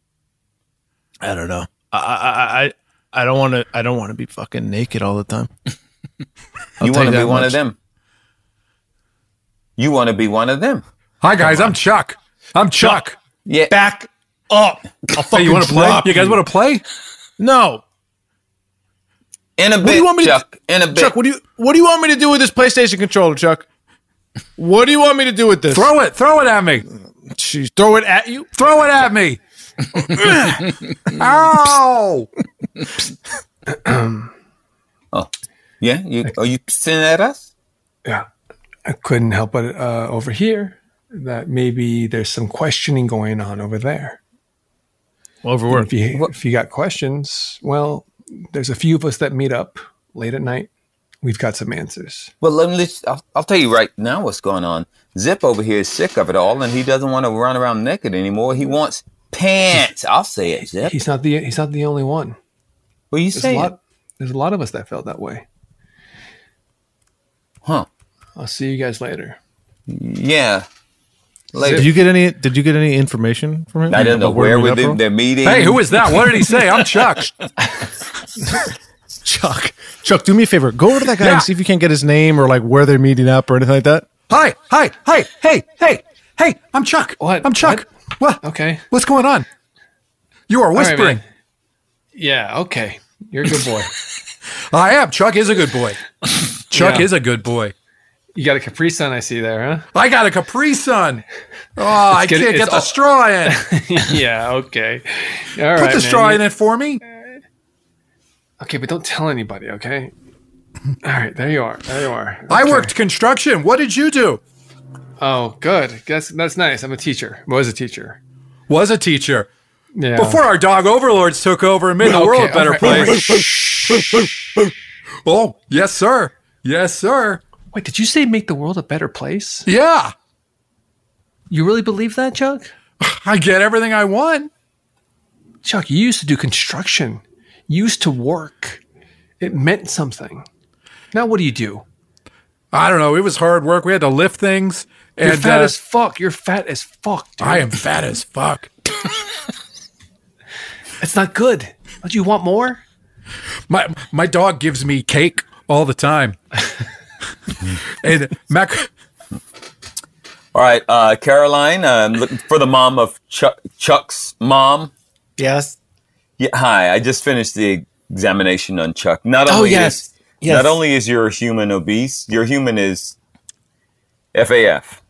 S6: I don't know. I I I- I, I don't want to. I don't want to be fucking naked all the time. I'll
S15: you
S6: tell
S15: want to be
S6: that
S15: one of
S6: much.
S15: them. You want to be one of them.
S2: Hi guys, I'm Chuck. I'm Chuck.
S15: Yeah.
S6: Back
S2: Oh!
S6: up.
S2: I'll
S15: fucking
S2: you want to play?
S15: drop
S2: You guys
S15: you.
S2: want to play?
S6: No.
S15: In a bit,
S6: What do you want me
S15: Chuck.
S6: to?
S15: In a bit.
S6: Chuck, what do you What do you want me to do with this PlayStation controller, Chuck? What do you want me to do with this?
S2: Throw it. Throw it at me.
S6: Jeez, throw it at you.
S2: Throw it at me. Ow!
S15: Oh, yeah. You are you sitting at us?
S5: Yeah, I couldn't help but uh, over here that maybe there's some questioning going on over there.
S6: Over
S5: where? If you, if you got questions, well, there's a few of us that meet up late at night. We've got some answers.
S15: Well, let me. just- I'll, I'll tell you right now what's going on. Zip over here is sick of it all, and he doesn't want to run around naked anymore. He wants pants. I'll say it, Zip.
S5: He's not the he's not the only one.
S15: What are you
S5: there's
S15: saying?
S5: A lot, there's a lot of us that felt that way.
S15: Huh.
S5: I'll see you guys later.
S15: Yeah. Later.
S6: Did you get any? Did you get any information from him?
S15: I don't know
S6: About
S15: where
S6: he
S15: we
S6: met
S15: did
S6: from?
S15: their meeting.
S6: Chuck. Chuck, do me a favor. Go over to that guy
S2: Yeah.
S6: and see if you can't get his name or like where they're meeting up or anything like that.
S2: Hi, hi, hi, hey, hey, hey, I'm Chuck. What? I'm Chuck. What?
S5: Okay.
S2: What's going on? You are
S5: All right,
S2: whispering.
S5: man. yeah. Okay. You're a good boy.
S2: I am. Chuck is a good boy. Chuck
S5: Yeah.
S2: is a good boy.
S5: You got a Capri Sun I see there, huh?
S2: I got a Capri Sun. Oh, I
S5: It's good-
S2: can't
S5: it's
S2: get the
S5: all-
S2: straw in.
S5: yeah. Okay. All
S2: Put
S5: right.
S2: the
S5: man. Uh,
S2: straw in it for me.
S5: Okay, but don't tell anybody. Okay. All right. There you are. There you are.
S2: I worked construction. What did you do?
S5: Oh, good. That's that's nice. I'm a teacher. Was a teacher.
S2: Was a teacher.
S5: Yeah.
S2: Before our dog overlords took over and made the
S5: Okay,
S2: world a better
S5: all right.
S2: place. oh, yes, sir. Yes, sir.
S5: Wait, did you say make the world a better place?
S2: Yeah.
S5: You really believe that, Chuck?
S2: I get everything I want.
S5: Chuck, you used to do construction. You used to work. It meant something. Now what do you do?
S2: I don't know. It was hard work. We had to lift things. And
S5: You're fat
S2: uh,
S5: as fuck. You're fat as fuck, dude.
S2: I am fat as fuck.
S5: It's not good. Don't you want more?
S2: My my dog gives me cake all the time. and mac-
S3: All right, uh, Caroline, I'm looking for the mom of Chuck, Chuck's mom.
S1: Yes.
S3: Yeah, hi, I just finished the examination on Chuck. Not
S1: Oh,
S3: only
S1: yes.
S3: is
S1: Yes.
S3: not only is your human obese, your human is FAF,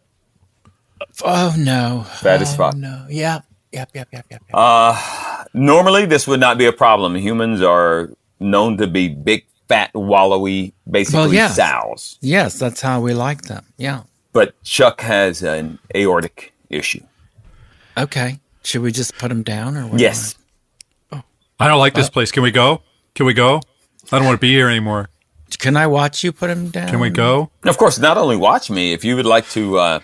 S1: Oh no.
S3: fat as fuck.
S4: Oh,
S1: No. Yep. Yep. Yep. Yep. Yep.
S3: Uh, normally, this would not be a problem. Humans are known to be big, fat, wallowy, basically
S1: Well, yes.
S3: sows.
S1: Yes, that's how we like them. Yeah.
S3: But Chuck has an aortic issue.
S1: Okay. Should we just put them down or what?
S3: Yes.
S2: I don't like this place. Can we go? Can we go? I don't want to be here anymore.
S1: Can I watch you put them down?
S2: Can we go?
S3: Of course, not only watch me, if you would like to uh,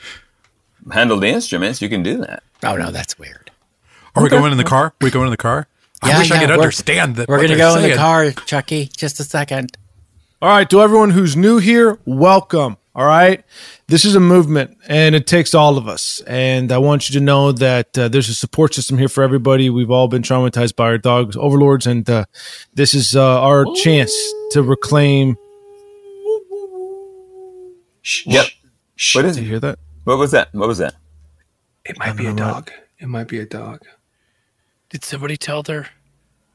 S3: handle the instruments, you can do that.
S1: Oh, no, that's weird.
S2: Are we going in the car? we going in the car? I
S1: Yeah,
S2: wish I
S1: know.
S2: could
S1: We're-
S2: understand that.
S1: We're
S2: what
S1: gonna
S2: they're
S1: go in the
S2: saying.
S1: car, Chucky. Just a second.
S6: All right, to everyone who's new here, welcome. All right. This is a movement and it takes all of us. And I want you to know that uh, there's a support system here for everybody. We've all been traumatized by our dogs, overlords, and uh, this is uh, our chance to reclaim.
S3: Yep. What is
S6: Did you hear that?
S3: What was that? What was that?
S5: It might be a dog. It might be a dog.
S4: Did somebody tell their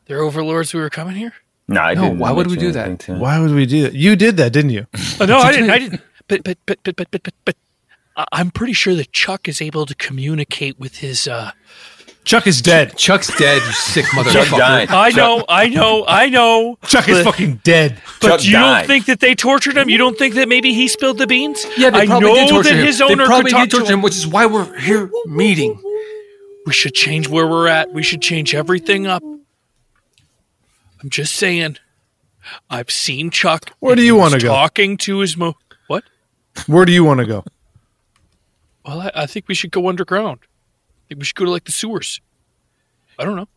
S4: their overlords we were coming here?
S3: No, I
S5: No,
S3: didn't
S5: why would we do
S3: mention
S5: that?
S3: anything to-
S6: Why would we do that? You did that, didn't you?
S4: Oh, no, I didn't. I didn't. But but but but but but but. but I- I'm pretty sure that Chuck is able to communicate with his. uh
S6: Chuck is dead.
S5: Chuck's dead, you sick
S4: Chuck died. I know, I know, I know.
S6: Chuck is
S4: But-
S6: fucking dead.
S4: But you don't think that they tortured him? You don't think that maybe he spilled the beans?
S6: Yeah, they
S4: I
S6: probably
S4: know
S6: did torture
S4: that
S6: him.
S4: his
S6: They
S4: owner
S6: probably
S4: could
S6: did
S4: talk to
S6: torture
S4: him, which is why we're here meeting. We should change where we're at. We should change everything up. I'm just saying. I've seen Chuck.
S6: Where
S4: and
S6: do you
S4: he
S6: wanna
S4: was
S6: go?
S4: Talking to his mo. What?
S6: Where do you want to go?
S4: Well, I, I think we should go underground. I think we should go to like the sewers. I don't know.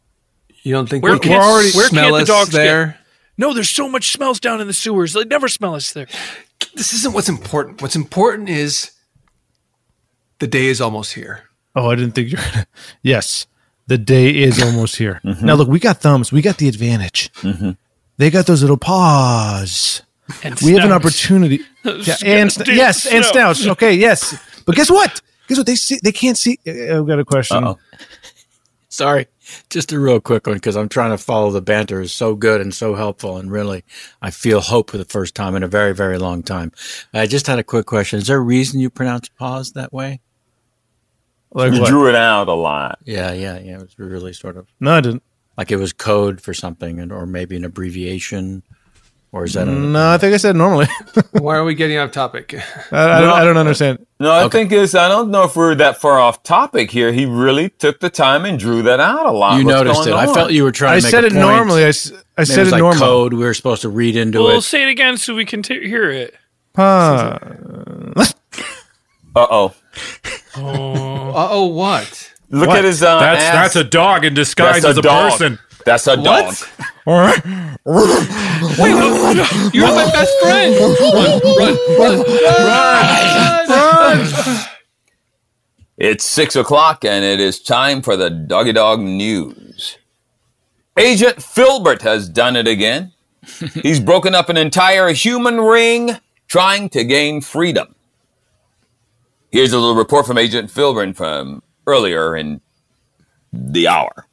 S5: You don't think
S4: Where
S5: we
S4: can't- where can't the dogs get- No, there's so much smells down in the sewers. They never smell us there.
S5: This isn't what's important. What's important is the day is almost here.
S6: Oh, I didn't think you were gonna. Yes, the day is almost here.
S1: Mm-hmm.
S6: Now, look, we got thumbs. We got the advantage. They got those little paws.
S4: And
S6: we have an
S4: snouts.
S6: opportunity.
S4: Those
S6: Yeah, and sn-
S4: goddamn
S6: yes, and
S4: snouts.
S6: snouts. Okay, yes. But guess what? Guess what? They see. They can't see. uh, I've got a question.
S1: Sorry, just a real quick one because I'm trying to follow the banter. is so good and so helpful, and really, I feel hope for the first time in a very, very long time. I just had a quick question. Is there a reason you pronounce pause that way?
S6: Like
S3: you drew it out a lot.
S1: Yeah, Uh, yeah, yeah. It was really sort of
S6: No, I didn't.
S1: like it was code for something, and or maybe an abbreviation, or is that a,
S6: No, I think I said normally.
S5: Why are we getting off topic?
S6: I, I, don't, I don't understand.
S3: No, I think it's. I don't know if we're that far off topic here. He really took the time and drew that out a lot.
S1: You
S3: What's
S1: noticed it.
S3: going
S1: I
S3: on?
S1: felt you were
S6: I
S1: trying. to make
S6: said
S1: a
S6: it
S1: point.
S6: normally. I s- I
S1: Maybe
S6: said
S1: it, was
S6: it
S1: like
S6: normally.
S1: Code. We were supposed to read into
S4: Well,
S1: it.
S4: say it again so we can t- hear it.
S6: Uh
S3: oh.
S5: Uh oh, what?
S3: Look
S2: What?
S3: at his. Uh,
S2: That's-
S3: ass.
S2: that's a dog in disguise
S3: That's
S2: as a
S3: dog.
S2: person.
S3: That's a
S2: What?
S3: dog.
S5: You're my best friend. Run, run, run, run,
S3: It's six o'clock and it is time for the doggy dog news. Agent Filbert has done it again. He's broken up an entire human ring trying to gain freedom. Here's a little report from Agent Filbert from earlier in the hour.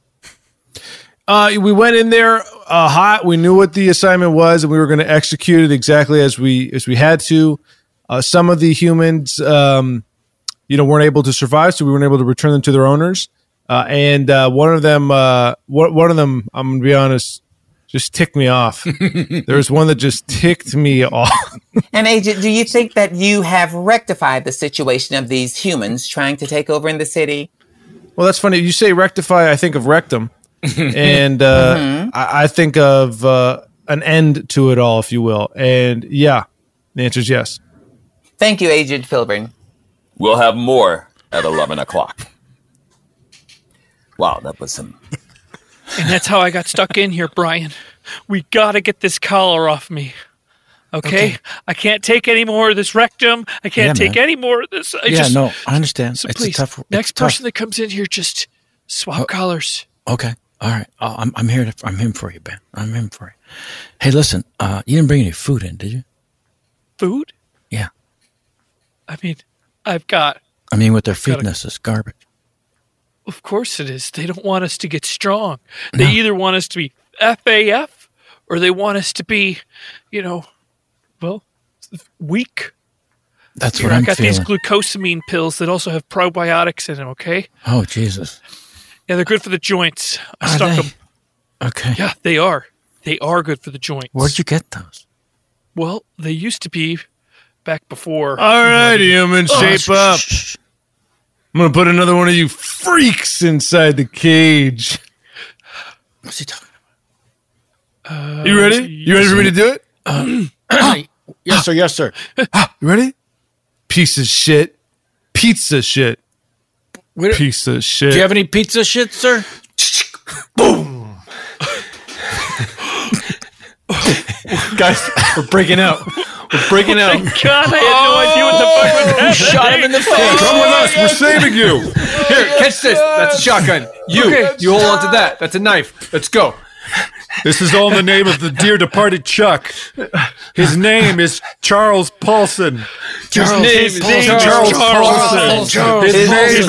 S6: Uh, we went in there uh, hot. We knew what the assignment was, and we were going to execute it exactly as we as we had to. Uh, some of the humans, um, you know, weren't able to survive, so we weren't able to return them to their owners. Uh, and uh, one of them, uh, one, one of them, I'm going to be honest, just ticked me off. there was one that just ticked me off.
S8: And Agent, do you think that you have rectified the situation of these humans trying to take over in the city?
S6: Well, that's funny. You say rectify, I think of rectum, and uh,
S1: Mm-hmm.
S8: Mhm.
S6: I, I think of uh, an end to it all, if you will. And yeah, the answer is yes.
S8: Thank you, Agent Filburn.
S3: We'll have more at 11 o'clock. Wow, that was some.
S4: And that's how I got stuck in here, Brian. We gotta get this collar off me. Okay?
S1: Okay.
S4: I can't take any more of this rectum. I can't
S1: Yeah,
S4: take
S1: man.
S4: any more of this. I
S1: yeah,
S4: just,
S1: no, I understand.
S4: So
S1: it's
S4: please,
S1: a tough. it's
S4: next
S1: tough. Oh.
S4: person that comes in here, just swap collars.
S1: Okay. All right. I'll- I'm I'm here. To, I'm in for you, Ben. I'm in for you. Hey, listen. Uh, you didn't bring any food in, did you?
S4: Food?
S1: Yeah.
S4: I mean, I've got.
S1: I mean, what they're feeding us is garbage.
S4: Of course it is. They don't want us to get strong. They either want us to be FAF or they want us to be, you know, well, weak.
S1: That's
S4: Here,
S1: what I'm
S4: I got
S1: feeling.
S4: these glucosamine pills that also have probiotics in them, okay?
S1: oh Jesus.
S4: Yeah, they're good for the joints. I
S1: Are
S4: stuck
S1: they?
S4: them.
S1: Okay.
S4: Yeah, they are. They are good for the joints.
S1: Where'd you get those?
S4: Well, they used to be back before.
S6: All right, humans,
S4: Oh,
S6: shape up. I'm gonna put another one of you freaks inside the cage.
S1: What's he talking
S4: Uh,
S6: about? You ready? You ready for me to do it?
S1: yes, sir. Yes, sir.
S6: you ready? Piece of shit. Pizza shit.
S1: Wait,
S6: Piece of shit.
S1: Do you have any pizza shit, sir?
S6: Guys, we're breaking out. We're breaking
S15: Oh
S6: out.
S4: God, I had no idea what the fuck was happening.
S5: Shot him in the face.
S2: Come with us. We're saving you.
S5: Here, catch this. That's a shotgun. You, you hold on to that. That's a knife. Let's go.
S2: This is all in the name of the dear departed Chuck. His name is Charles Paulson.
S5: Charles
S2: His name is
S5: Paulson.
S2: Charles
S5: Charles
S2: Paulson.
S5: Paulson.
S2: His
S5: His name
S2: name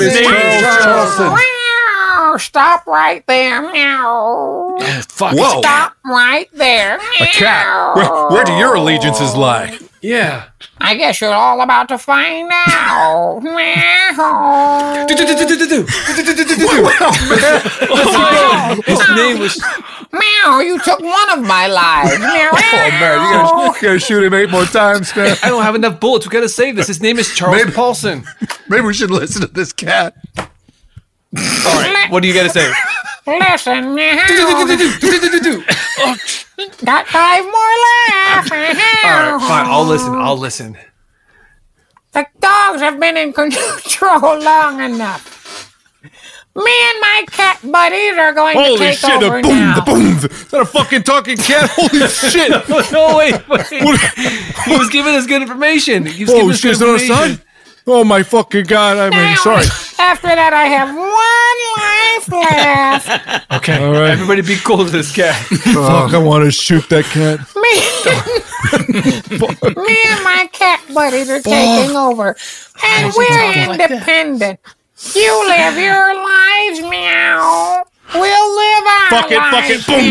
S5: is
S2: is Charles Paulson.
S19: Oh, Stop right there. Meow.
S2: fuck. Whoa.
S19: Stop right there.
S2: A cat. Where, where do your allegiances lie?
S5: Yeah.
S19: I guess you're all about to find out. Meow.
S5: His name was.
S19: Meow, you took one of my lives.
S5: Oh,
S19: Meow.
S2: Man, you gotta, you gotta Oh, shoot him eight more times now.
S5: I don't have enough bullets. We gotta save this. His name is Charles Paulson.
S2: Maybe we should listen to this cat.
S5: All right. What do you gotta say?
S19: Listen, meow.
S5: All
S19: Got five more left.
S5: right, fine. I'll listen. I'll listen.
S19: The dogs have been in control long enough. Me and my cat buddies are going to
S6: Holy
S19: take
S6: shit, the
S19: over
S6: boom,
S19: now.
S6: the boom. Is that a fucking talking cat? Holy shit.
S15: no, wait, wait. he was giving us good information. He was
S6: Oh,
S15: giving us
S6: shit,
S15: good
S6: is that our
S15: information.
S6: son? Oh, my fucking God. I mean, sorry.
S19: After that, I have one life left.
S6: Okay. All right.
S15: Everybody be cool to this cat.
S6: Fuck, I want to shoot that cat.
S19: Me and my cat buddies are taking over, and we're independent. You live your lives, meow. We'll live our
S6: Fuck it, fuck
S19: lives.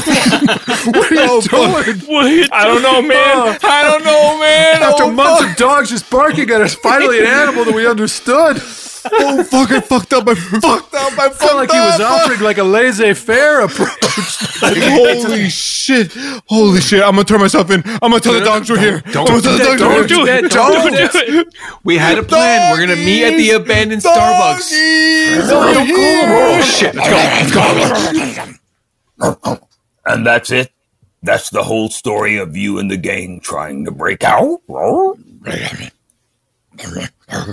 S6: it, boom.
S19: What
S6: are you doing?
S20: I don't know, man.
S15: I don't know, man.
S2: Oh. After
S6: Oh,
S2: months of dogs just barking at us, finally an animal that we understood.
S6: Oh fuck! I fucked up. I fucked up. I
S2: fucked like he was offering like a laissez-faire approach.
S6: Holy shit! Holy shit! I'm gonna turn myself in. I'm gonna tell the dogs we're here.
S15: Don't
S6: I'm
S15: do
S6: gonna
S15: that.
S6: tell
S15: Don't
S6: the dogs
S15: do
S6: we're here.
S15: that. Don't do it. We had a plan. We're gonna meet at the abandoned Starbucks. No, don't go. Oh, shit. Let's go. Let's go.
S3: And that's it. That's the whole story of you and the gang trying to break out.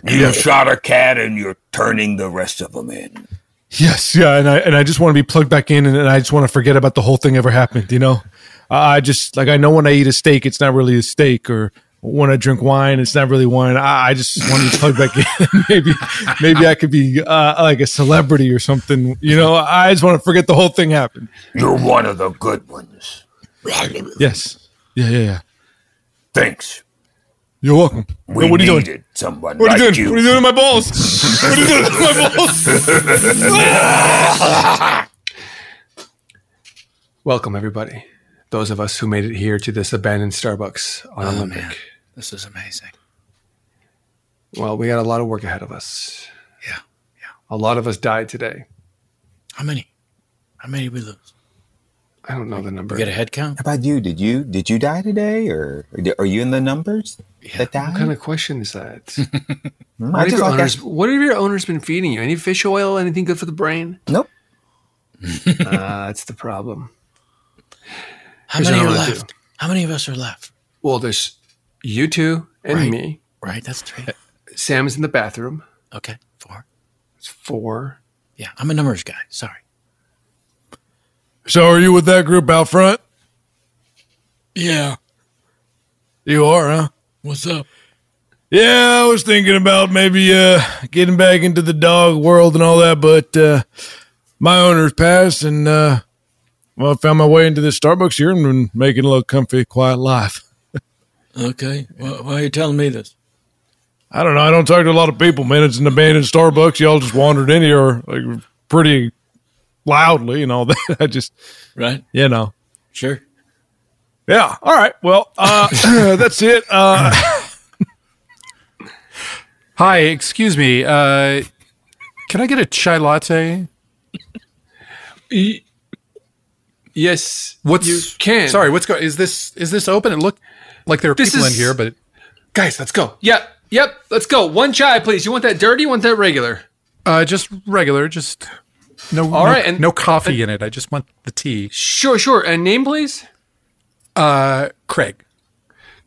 S3: You shot a cat and you're turning the rest of them in.
S6: Yes, yeah, and I and I just want to be plugged back in, and, and I just want to forget about the whole thing ever happened. You know, I I just like I know when I eat a steak, it's not really a steak, or when I drink wine, it's not really wine. I, I just want to be plugged back in. maybe maybe I could be uh, like a celebrity or something. You know, I just want to forget the whole thing happened.
S3: You're one of the good ones.
S6: Yes. Yeah, yeah, yeah.
S3: Thanks.
S6: You're welcome.
S3: We
S6: Yo, what are you
S3: needed
S6: doing?
S3: someone
S6: What are you
S3: like
S6: doing?
S3: you.
S6: What are you doing to my balls? what are you doing to my balls?
S5: Welcome, everybody. Those of us who made it here to this abandoned Starbucks on Olympic.
S1: Oh, This is amazing.
S5: Well, we got a lot of work ahead of us. Yeah. Yeah. A lot of us died today.
S1: How many? How many did we lose?
S5: I don't know the number.
S1: We got a head count.
S21: How about you? Did you did you die today, or or di- are you in the numbers that died? What
S5: kind of question is that?
S21: Hmm, I
S5: What have,
S21: just
S5: your
S21: like
S5: owners,
S21: that.
S5: what have your owners been feeding you? Any fish oil? Anything good for the brain?
S21: Nope.
S5: Ah, that's the problem.
S1: How
S5: Here's
S1: many
S5: what
S1: are
S5: I'm gonna do.
S1: left? How many of us are left?
S5: Well, there's you two and
S1: Right.
S5: me.
S1: Right, that's three.
S5: Sam's in the bathroom.
S1: Okay, four.
S5: It's four.
S1: Yeah, I'm a numbers guy. Sorry.
S6: So are you with that group out front?
S1: Yeah.
S6: You are, huh?
S1: What's up?
S6: Yeah, I was thinking about maybe uh, getting back into the dog world and all that, but uh, my owner's passed, and uh, well, I found my way into this Starbucks here and been making a little comfy, quiet life.
S1: Okay. Why, why are you telling me this?
S6: I don't know. I don't talk to a lot of people, man. It's an abandoned Starbucks. Y'all just wandered in here like pretty loudly and all that. I just,
S1: Right.
S6: you know.
S1: Sure.
S6: Yeah. All right. Well, uh, that's it. Uh,
S2: Hi, excuse me. Uh, can I get a chai latte?
S5: Yes.
S2: What's
S5: you can.
S2: Sorry, what's going? Is this is this open? It looked like there are
S5: This
S2: people
S5: is-
S2: in here, but
S5: Guys, let's go. Yep. Yep. Let's go. One chai, please. You want that dirty? You want that regular?
S2: uh, just regular, just no.
S5: All
S2: no,
S5: right, and-
S2: no coffee in it. I just want the tea.
S5: Sure, sure. And name, please?
S2: Uh, Craig.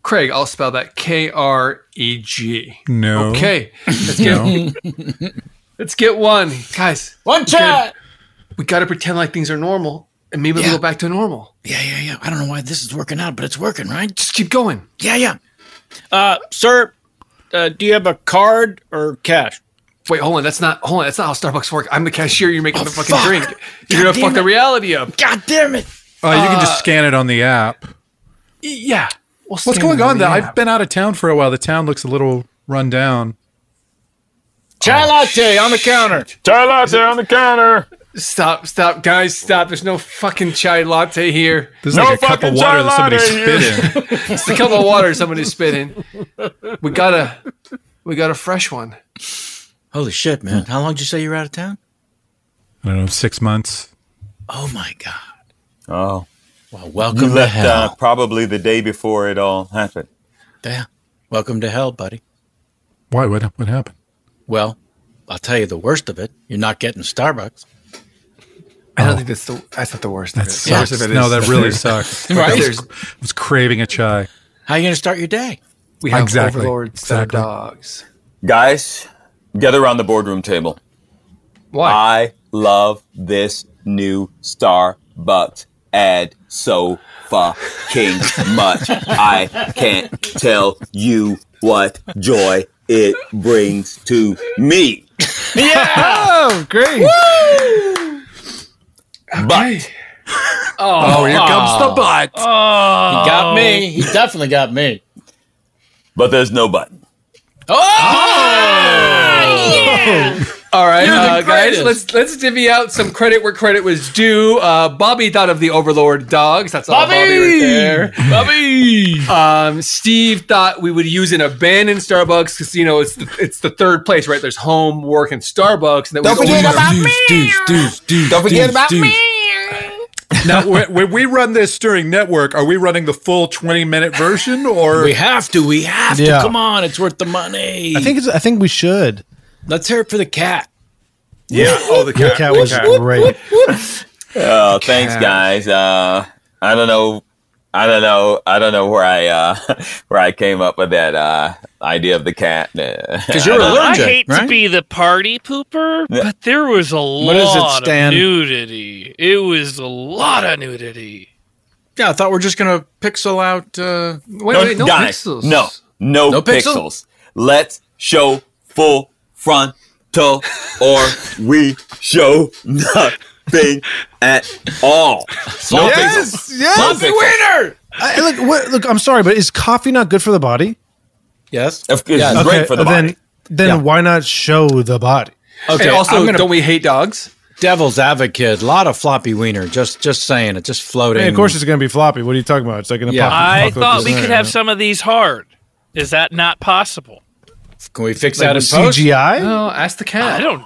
S5: Craig. I'll spell that K R E G.
S2: No.
S5: Okay. Let's get, let's get one. Guys.
S1: One
S5: chai. We got to pretend like things are normal and maybe
S1: Yeah.
S5: we'll go back to normal.
S1: Yeah, yeah, yeah. I don't know why this is working out, but it's working, right?
S5: Just keep going.
S1: Yeah, yeah. Uh, sir, uh, do you have a card or cash?
S5: Wait, hold on. That's not hold on. That's not how Starbucks work. I'm the cashier. You're making the fucking
S1: Oh, fuck.
S5: drink. You're
S1: God
S5: gonna fuck
S1: damn
S5: the
S1: it.
S5: reality up.
S1: God damn it!
S2: Uh, you can just scan it on the app.
S5: Yeah.
S15: Oh,
S5: We'll
S2: What's
S5: scan
S2: going
S5: it
S2: on? though?
S5: the
S2: I've
S5: app.
S2: been out of town for a while. The town looks a little run down.
S1: Chai latte on the counter.
S5: Chai latte on the counter. Stop, stop, guys, stop. There's no fucking chai latte here.
S2: This is No like a cup of fucking water chai that somebody latte spit
S5: spit in. it's a cup of water somebody spit in. We got a we got a fresh one.
S1: Holy shit, man! How long did you say you were out of town?
S2: I don't know, six months.
S1: Oh my god!
S21: Oh,
S1: well, welcome
S21: You
S1: to
S21: left
S1: hell.
S21: uh, probably the day before it all happened.
S1: Yeah. Welcome to hell, buddy.
S2: Why? Oh, What? What happened?
S1: Well, I'll tell you the worst of it. You're not getting Starbucks. Oh.
S5: I don't think that's the that's not the worst
S2: That
S5: of it. The
S2: sucks.
S5: worst of it
S2: no,
S5: is-
S2: that really sucks.
S1: Right?
S2: I was, I was craving a chai.
S1: How are you going to start your day?
S5: We have
S2: Exactly.
S5: overlords that are dogs.
S21: Guys, gather around the boardroom table.
S3: Why? I love this new Starbucks ad so fucking much. I can't tell you what joy it brings to me.
S1: Yeah. oh, great.
S3: But
S1: oh,
S3: Oh, here comes the
S1: butt.
S3: Oh.
S1: He got me. He definitely got me.
S3: But there's no but.
S1: Oh!
S5: All right,
S1: You're the
S5: uh, guys,
S1: greatest.
S5: let's let's divvy out some credit where credit was due. Uh, Bobby thought of the Overlord dogs. That's all Bobby, right
S1: Bobby!
S5: there. Bobby. Um, Steve thought we would use an abandoned Starbucks because you know it's the, it's the third place, right? There's home, work, and Starbucks. And that
S1: Don't
S5: was
S1: forget
S5: over-
S1: about
S2: me.
S1: Don't forget about me.
S2: Now, when, when we run this during network, are we running the full 20 minute version or?
S1: We have to. We have
S6: Ah, Yeah.
S1: to. Come on. It's worth the money.
S6: I think it's, I think we should.
S1: Let's hear it for the cat.
S6: Yeah.
S2: Oh, the
S6: cat, was great.
S3: Uh, thanks, guys. Uh, I don't know. I don't know. I don't know where I uh, where I came up with that uh, idea of the cat. Uh, Because
S4: I hate to be the party pooper,
S3: Yeah.
S4: but there was a
S3: What is it,
S4: lot
S3: Stan?
S4: of nudity. It was a lot of nudity.
S1: Yeah, I thought we are just gonna pixel out. Uh, wait,
S3: no, guys, no, no, pixels. Let's show full frontal, or we show nothing at all. No
S6: Yes,
S3: pixels.
S6: yes.
S3: No
S6: Lumpy
S3: pixels.
S6: winner! I, look, what, look. I'm sorry, but is coffee not good for the body?
S1: Yes,
S3: of course,
S6: Yeah.
S3: it's great
S6: Okay,
S3: for the
S6: then,
S3: body.
S6: Then why not show the body?
S1: Okay.
S5: also, don't we hate dogs?
S1: Devil's advocate. A lot of floppy wiener. Just, just saying it. Just floating.
S6: Hey, of course, it's going to be floppy. What are you talking about? It's like an
S1: Yeah.
S4: I
S6: apocalypse.
S4: thought we could
S6: scenario.
S4: have some of these hard. Is that not possible?
S1: Can we fix
S6: Like
S1: that in
S6: with
S1: post?
S6: CGI?
S5: No, ask the cat.
S4: I don't.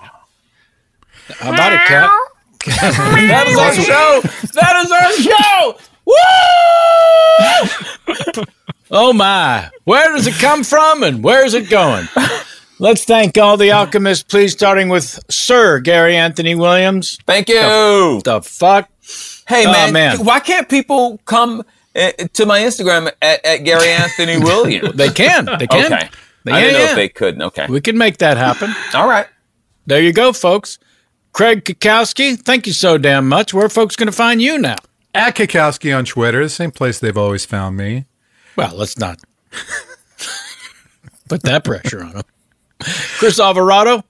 S1: How about it, cat?
S5: that
S1: is our
S5: show.
S1: That is our show. Woo! oh my! Where does it come from and where is it going? Let's thank all the alchemists, please, starting with Sir Gary Anthony Williams.
S3: Thank you. The,
S1: the fuck?
S3: Hey
S1: Oh,
S3: man, why can't people come uh, to my Instagram at, at Gary Anthony Williams?
S1: They can. They can.
S3: Okay.
S1: They
S3: I
S1: can,
S3: didn't know
S1: yeah.
S3: if they couldn't. Okay.
S1: We can make that happen.
S3: All right.
S1: There you go, folks. Craig Kukowski, thank you so damn much. Where are folks going to find you now?
S2: At Kakowski on Twitter, the same place they've always found me.
S1: Well, let's not put that pressure on him. Chris Alvarado.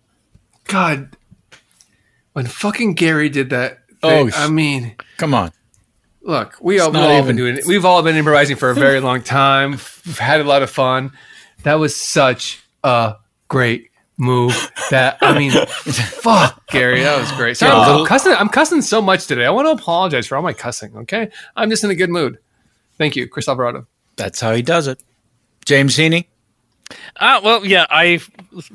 S5: God, when fucking Gary did that.
S1: Oh,
S5: thing, I mean,
S1: come on.
S5: Look, we all,
S1: It's
S5: we've
S1: not
S5: all
S1: even-
S5: been doing it. We've all been improvising for a very long time. We've had a lot of fun. That was such a great move. That I mean, fuck, Gary, that was great. Sorry,
S1: Yeah, a
S5: I'm,
S1: little-
S5: cussing. I'm cussing so much today. I want to apologize for all my cussing. Okay, I'm just in a good mood. Thank you, Chris Alvarado.
S1: That's how he does it. James Heaney.
S4: Uh, well, yeah, I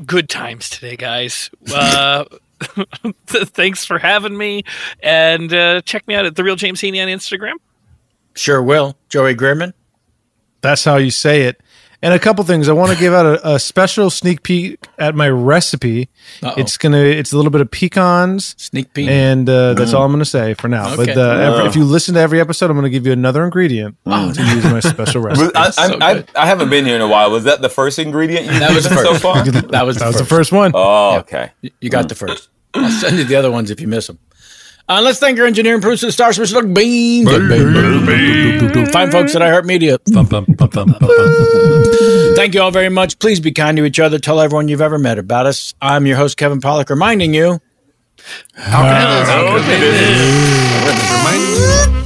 S4: good times today, guys. Uh, th- thanks for having me, and uh, check me out at the real James Heaney on Instagram.
S1: Sure will. Joey Grimman.
S6: That's how you say it. And a couple things. I want to give out a, a special sneak peek at my recipe.
S1: Uh-oh.
S6: It's gonna. It's a little bit of pecans. Sneak
S1: peek.
S6: And uh, that's
S1: Mm.
S6: all I'm gonna say for now. But
S1: Okay.
S6: uh, every-
S3: Oh.
S6: if you listen to every episode, I'm gonna give you another ingredient to use in my special recipe.
S3: I, I, I, I haven't been here in a while. Was that the first ingredient you
S1: That was
S3: used
S1: the
S3: so
S1: first.
S3: far?
S1: That was
S6: that was the first one. Mm.
S3: Oh, okay.
S1: You got the first. I'll send you the other ones if you miss them. Uh, let's thank our engineer and producer, Star Smash Look Bean. Fine folks at iHeartMedia. Thank you all very much. Please be kind to each other. Tell everyone you've ever met about us. I'm your host, Kevin Pollock, reminding you.
S2: Oh,